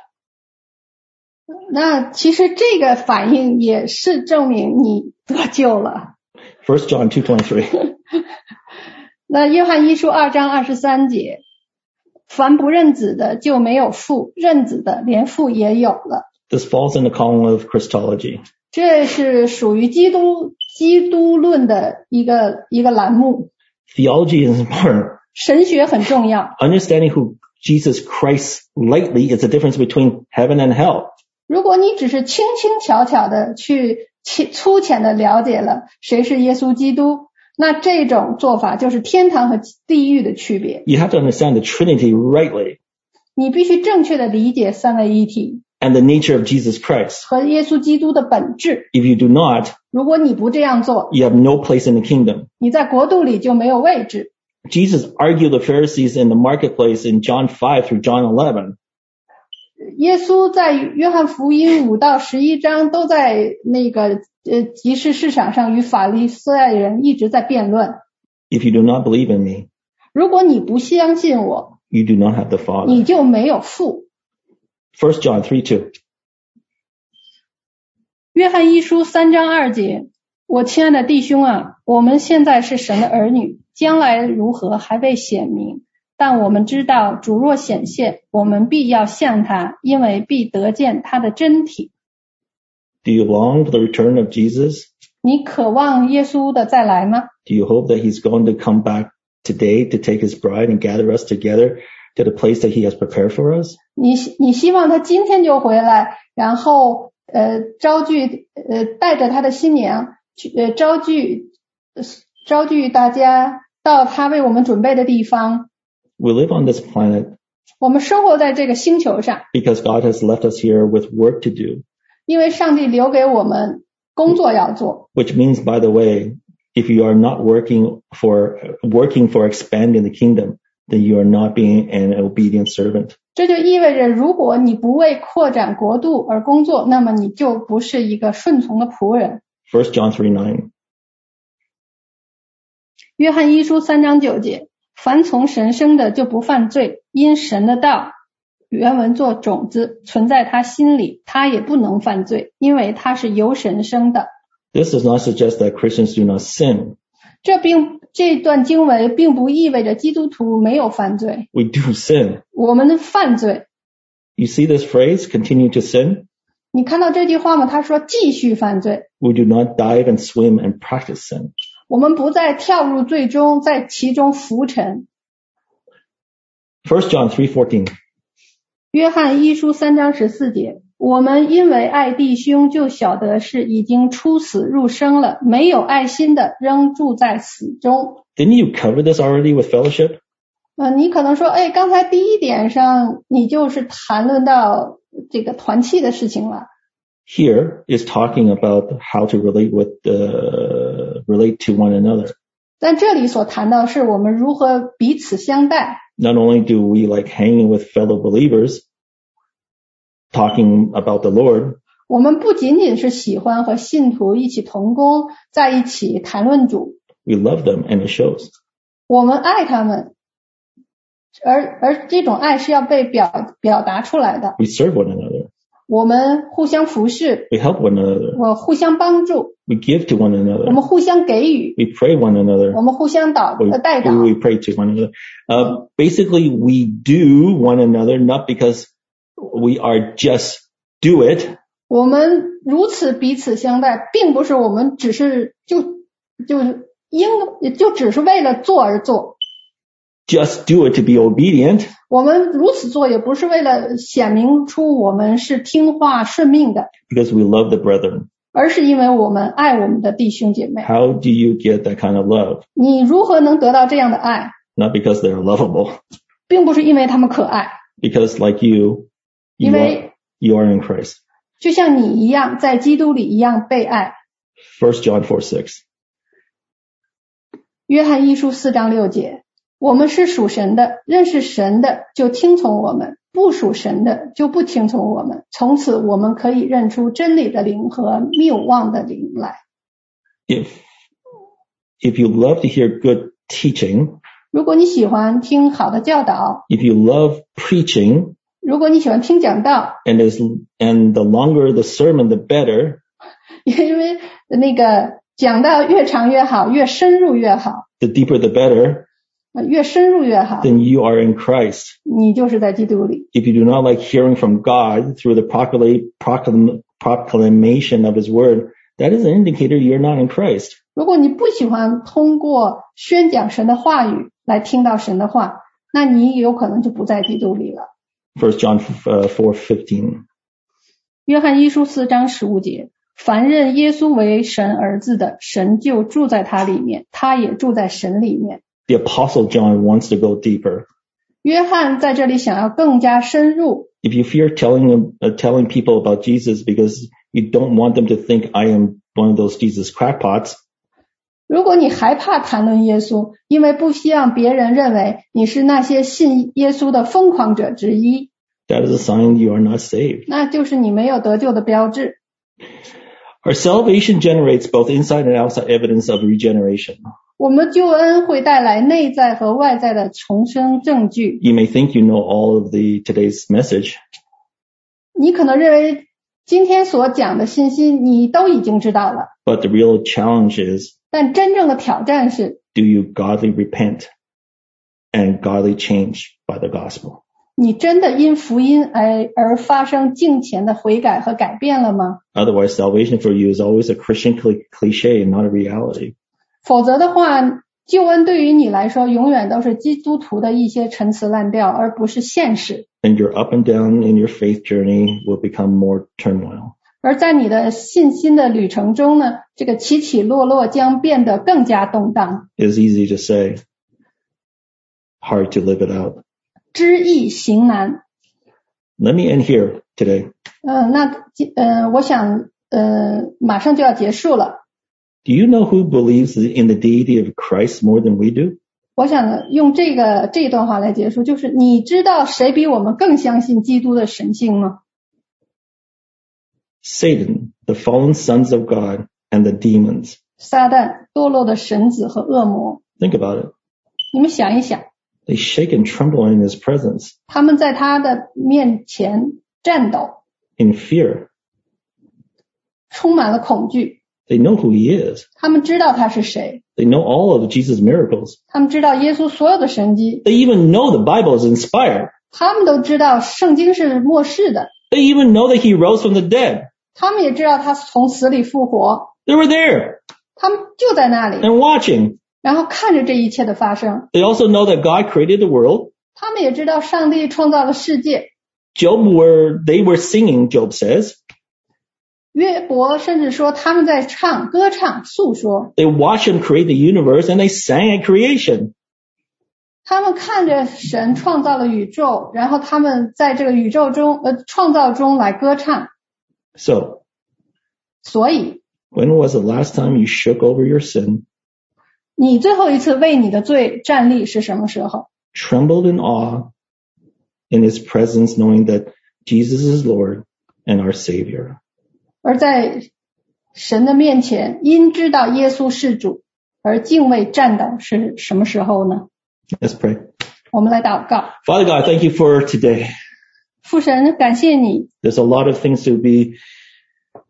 [SPEAKER 2] 那其实这个反应也是证明你得救了。
[SPEAKER 1] First John 2.23.
[SPEAKER 2] 那约翰一书二章二十三节，凡不认子的就没有父，认子的连父也有了。
[SPEAKER 1] this falls in the column of Christology.
[SPEAKER 2] 这是属于基督基督论的一个一个栏目。
[SPEAKER 1] Theology is important.
[SPEAKER 2] 神学很重要。
[SPEAKER 1] Understanding who Jesus Christ lightly is the difference between heaven and hell.
[SPEAKER 2] 如果你只是轻轻巧巧的去浅粗浅的了解了谁是耶稣基督，那这种做法就是天堂和地狱的区别。
[SPEAKER 1] You have to understand the Trinity rightly
[SPEAKER 2] 你必须正确的理解三位一体
[SPEAKER 1] and the nature of Jesus Christ.
[SPEAKER 2] 和耶稣基督的本质。
[SPEAKER 1] If you do not,
[SPEAKER 2] 如果你不这样做，
[SPEAKER 1] you have no place in the kingdom.
[SPEAKER 2] 你在国度里就没有位置。
[SPEAKER 1] Jesus argued the Pharisees in the marketplace in John 5 through John 11.
[SPEAKER 2] 耶稣在约翰福音五到十一章都在那个呃集市市场上与法利赛人一直在辩论。
[SPEAKER 1] If you do not believe in me,
[SPEAKER 2] 如果你不相信我，
[SPEAKER 1] you do not have the Father.
[SPEAKER 2] 你就没有父。
[SPEAKER 1] First John 3 2.
[SPEAKER 2] 约翰一书三章二节，我亲爱的弟兄啊，我们现在是神的儿女，将来如何还未显明，但我们知道主若显现，我们必要向他，因为必得见他的真体。
[SPEAKER 1] Do you long for the return of Jesus?
[SPEAKER 2] 你渴望耶稣的再来吗？
[SPEAKER 1] Do you hope that he's going to come back today to take his bride and gather us together to the place that he has prepared for us?
[SPEAKER 2] 你希你希望他今天就回来，然后呃招聚呃带着他的新娘去呃招聚呃招聚大家到他为我们准备的地方。
[SPEAKER 1] We live on this planet
[SPEAKER 2] 我们生活在这个星球上，
[SPEAKER 1] because God has left us here with work to do,
[SPEAKER 2] 因为上帝留给我们工作要做。
[SPEAKER 1] which means, by the way, if you are not working for working for expanding the kingdom, then you are not being an obedient servant.
[SPEAKER 2] 这就意味着，如果你不为扩展国度而工作，那么你就不是一个顺从的仆人。
[SPEAKER 1] First John three nine.
[SPEAKER 2] 约翰一书三章九节：凡从神生的就不犯罪，因神的道。原文作种子存在他心里，他也不能犯罪，因为他是由神生的。
[SPEAKER 1] This does not suggest that Christians do not sin.
[SPEAKER 2] 这并这段经文并不意味着基督徒没有犯罪，
[SPEAKER 1] We do sin.
[SPEAKER 2] 我们的犯罪。
[SPEAKER 1] You see this phrase, continue to sin?
[SPEAKER 2] 你看到这句话吗？他说继续犯罪，
[SPEAKER 1] We do not dive and swim and practice sin.
[SPEAKER 2] 我们不再跳入最终，在其中浮沉。
[SPEAKER 1] First John 3:14.
[SPEAKER 2] 约翰一书三章十四节，我们因为爱弟兄，就晓得是已经出死入生了；没有爱心的，仍住在死中。
[SPEAKER 1] Didn't you cover this already with fellowship?
[SPEAKER 2] 呃，你可能说，哎，刚才第一点上你就是谈论到这个团契的事情了，
[SPEAKER 1] Here is talking about how to relate with uh, relate to one another.
[SPEAKER 2] 但这里所谈到是我们如何彼此相待。
[SPEAKER 1] Not only do we like hanging with fellow believers, talking about the Lord,
[SPEAKER 2] 我们不仅仅是喜欢和信徒一起同工，在一起谈论主，
[SPEAKER 1] we love them and it shows.
[SPEAKER 2] 我们爱他们，而而这种爱是要被表表达出来的。
[SPEAKER 1] We serve one another.
[SPEAKER 2] 我们互相服侍，
[SPEAKER 1] We help one another.
[SPEAKER 2] 我互相帮助，
[SPEAKER 1] We give to one
[SPEAKER 2] 我
[SPEAKER 1] another.
[SPEAKER 2] 们互相给予，
[SPEAKER 1] We pray one another.
[SPEAKER 2] 我们互相祷
[SPEAKER 1] We,
[SPEAKER 2] 呃代
[SPEAKER 1] who
[SPEAKER 2] 祷。
[SPEAKER 1] we pray to one another. Uh, basically, we do one another not because we are just do it,
[SPEAKER 2] 我们如此彼此相待，并不是我们只是就就应就只是为了做而做。
[SPEAKER 1] just do it to be obedient.
[SPEAKER 2] 我们如此做也不是为了显明出我们是听话顺命的，
[SPEAKER 1] because we love the brethren.
[SPEAKER 2] 而是因为我们爱我们的弟兄姐妹。
[SPEAKER 1] How do you get that kind of love?
[SPEAKER 2] 你如何能得到这样的爱？
[SPEAKER 1] Not because they're lovable,
[SPEAKER 2] 并不是因为他们可爱，
[SPEAKER 1] because like you,
[SPEAKER 2] 因
[SPEAKER 1] you,
[SPEAKER 2] 为
[SPEAKER 1] are, you are in Christ.
[SPEAKER 2] 就像你一样，在基督里一样被爱。
[SPEAKER 1] First John 4 6.
[SPEAKER 2] 约翰一书四章六节，我们是属神的，认识神的就听从我们，不属神的就不听从我们。从此，我们可以认出真理的灵和谬妄的灵来。
[SPEAKER 1] If, if you love to hear good teaching,
[SPEAKER 2] 如果你喜欢听好的教导，
[SPEAKER 1] if you love preaching,
[SPEAKER 2] 如果你喜欢听讲道，
[SPEAKER 1] and as, and the longer the sermon, the better,
[SPEAKER 2] 因为那个讲道越长越好，越深入越好，
[SPEAKER 1] the deeper the better,
[SPEAKER 2] 呃越深入越好，
[SPEAKER 1] then you are in Christ.
[SPEAKER 2] 你就是在基督里。
[SPEAKER 1] If you do not like hearing from God through the proclama- proclam- proclamation of his word, that is an indicator you're not in Christ.
[SPEAKER 2] 如果你不喜欢通过宣讲神的话语来听到神的话，那你有可能就不在基督里了。
[SPEAKER 1] First John uh, four fifteen.
[SPEAKER 2] 约翰一书四章十五节：凡认耶稣为神儿子的，神就住在他里面，他也住在神里面。
[SPEAKER 1] The apostle John wants to go deeper.
[SPEAKER 2] 约翰在这里想要更加深入。
[SPEAKER 1] If you fear telling them, uh, telling people about Jesus because you don't want them to think I am one of those Jesus crackpots,
[SPEAKER 2] 如果你害怕谈论耶稣，因为不希望别人认为你是那些信耶稣的疯狂者之一，
[SPEAKER 1] that is a sign you are not saved.
[SPEAKER 2] 那就是你没有得救的标志。
[SPEAKER 1] Our salvation generates both inside and outside evidence of regeneration.
[SPEAKER 2] 我们救恩会带来内在和外在的重生证据。
[SPEAKER 1] You may think you know all of the today's message,
[SPEAKER 2] 你可能认为今天所讲的信息你都已经知道了，
[SPEAKER 1] but the real challenge is:
[SPEAKER 2] 但真正的挑战是
[SPEAKER 1] Do you godly repent and godly change by the gospel?
[SPEAKER 2] 你真的因福音而而发生敬虔的悔改和改变了吗？
[SPEAKER 1] Otherwise, salvation for you is always a Christian cli- cliche and not a reality.
[SPEAKER 2] 否则的话，救恩对于你来说永远都是基督徒的一些陈词滥调，而不是现实。
[SPEAKER 1] And your up and down in your faith journey will become more turmoil.
[SPEAKER 2] 而在你的信心的旅程中呢，这个起起落落将变得更加动荡，
[SPEAKER 1] It is easy to say, hard to live it out.
[SPEAKER 2] 知易行难。
[SPEAKER 1] Let me end here today.
[SPEAKER 2] 呃嗯，那今呃，我想呃，马上就要结束了。
[SPEAKER 1] Do you know who believes in the deity of Christ more than we do?
[SPEAKER 2] 我想用这个这段话来结束，就是你知道谁比我们更相信基督的神性吗？
[SPEAKER 1] Satan, the fallen sons of God, and the demons.
[SPEAKER 2] 撒旦、堕落的神子和恶魔，
[SPEAKER 1] Think about it.
[SPEAKER 2] 你们想一想，
[SPEAKER 1] They shake and tremble in his presence
[SPEAKER 2] 他们在他的面前战斗，
[SPEAKER 1] in fear.
[SPEAKER 2] 充满了恐惧。
[SPEAKER 1] They know who he is.
[SPEAKER 2] 他们知道他是谁，
[SPEAKER 1] They know all of Jesus' miracles.
[SPEAKER 2] 他们知道耶稣所有的神迹，
[SPEAKER 1] They even know the Bible is inspired.
[SPEAKER 2] 他们都知道圣经是末世的，
[SPEAKER 1] They even know that he rose from the dead.
[SPEAKER 2] 他们也知道他从死里复活，
[SPEAKER 1] They were there
[SPEAKER 2] 他们就在那里，
[SPEAKER 1] and watching.
[SPEAKER 2] 然后看着这一切的发生。
[SPEAKER 1] They also know that God created the world.
[SPEAKER 2] 他们也知道上帝创造了世界。
[SPEAKER 1] Job were, they were singing, Job says.
[SPEAKER 2] 约伯甚至说他们在唱歌唱诉说，
[SPEAKER 1] They watched him create the universe and they sang at creation.
[SPEAKER 2] 他们看着神创造了宇宙，然后他们在这个宇宙中呃创造中来歌唱。
[SPEAKER 1] So
[SPEAKER 2] 所以
[SPEAKER 1] when was the last time you shook over your sin,
[SPEAKER 2] 你最后一次为你的罪站立是什么时候？
[SPEAKER 1] trembled in awe in his presence, knowing that Jesus is Lord and our savior?
[SPEAKER 2] 而在神的面前，因知道耶稣是主而敬畏站倒是什么时候呢？
[SPEAKER 1] Let's pray.
[SPEAKER 2] 我们来祷告，
[SPEAKER 1] Father God, thank you for today.
[SPEAKER 2] 父神，感谢你，
[SPEAKER 1] There's a lot of things to be,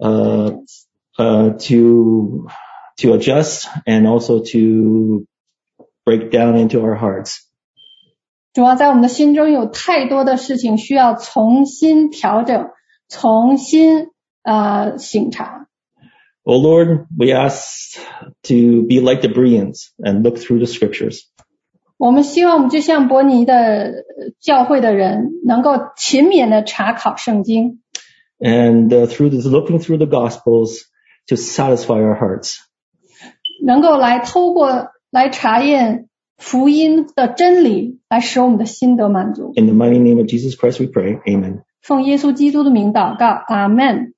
[SPEAKER 1] uh, uh, to, to adjust and also to break down into our hearts.
[SPEAKER 2] 主要在我们的心中有太多的事情需要重新调整，重新呃醒察。
[SPEAKER 1] O Lord, we ask to be like the Bereans and look through the scriptures.
[SPEAKER 2] 我们希望我们就像伯尼的呃教会的人，能够勤勉的查考圣经，
[SPEAKER 1] And uh, through this, looking through the gospels to satisfy our hearts.
[SPEAKER 2] 能够来透过来查验福音的真理，来使我们的心得满足。
[SPEAKER 1] In the mighty name of Jesus Christ, we pray. Amen.
[SPEAKER 2] 奉耶稣基督的名祷告，阿门。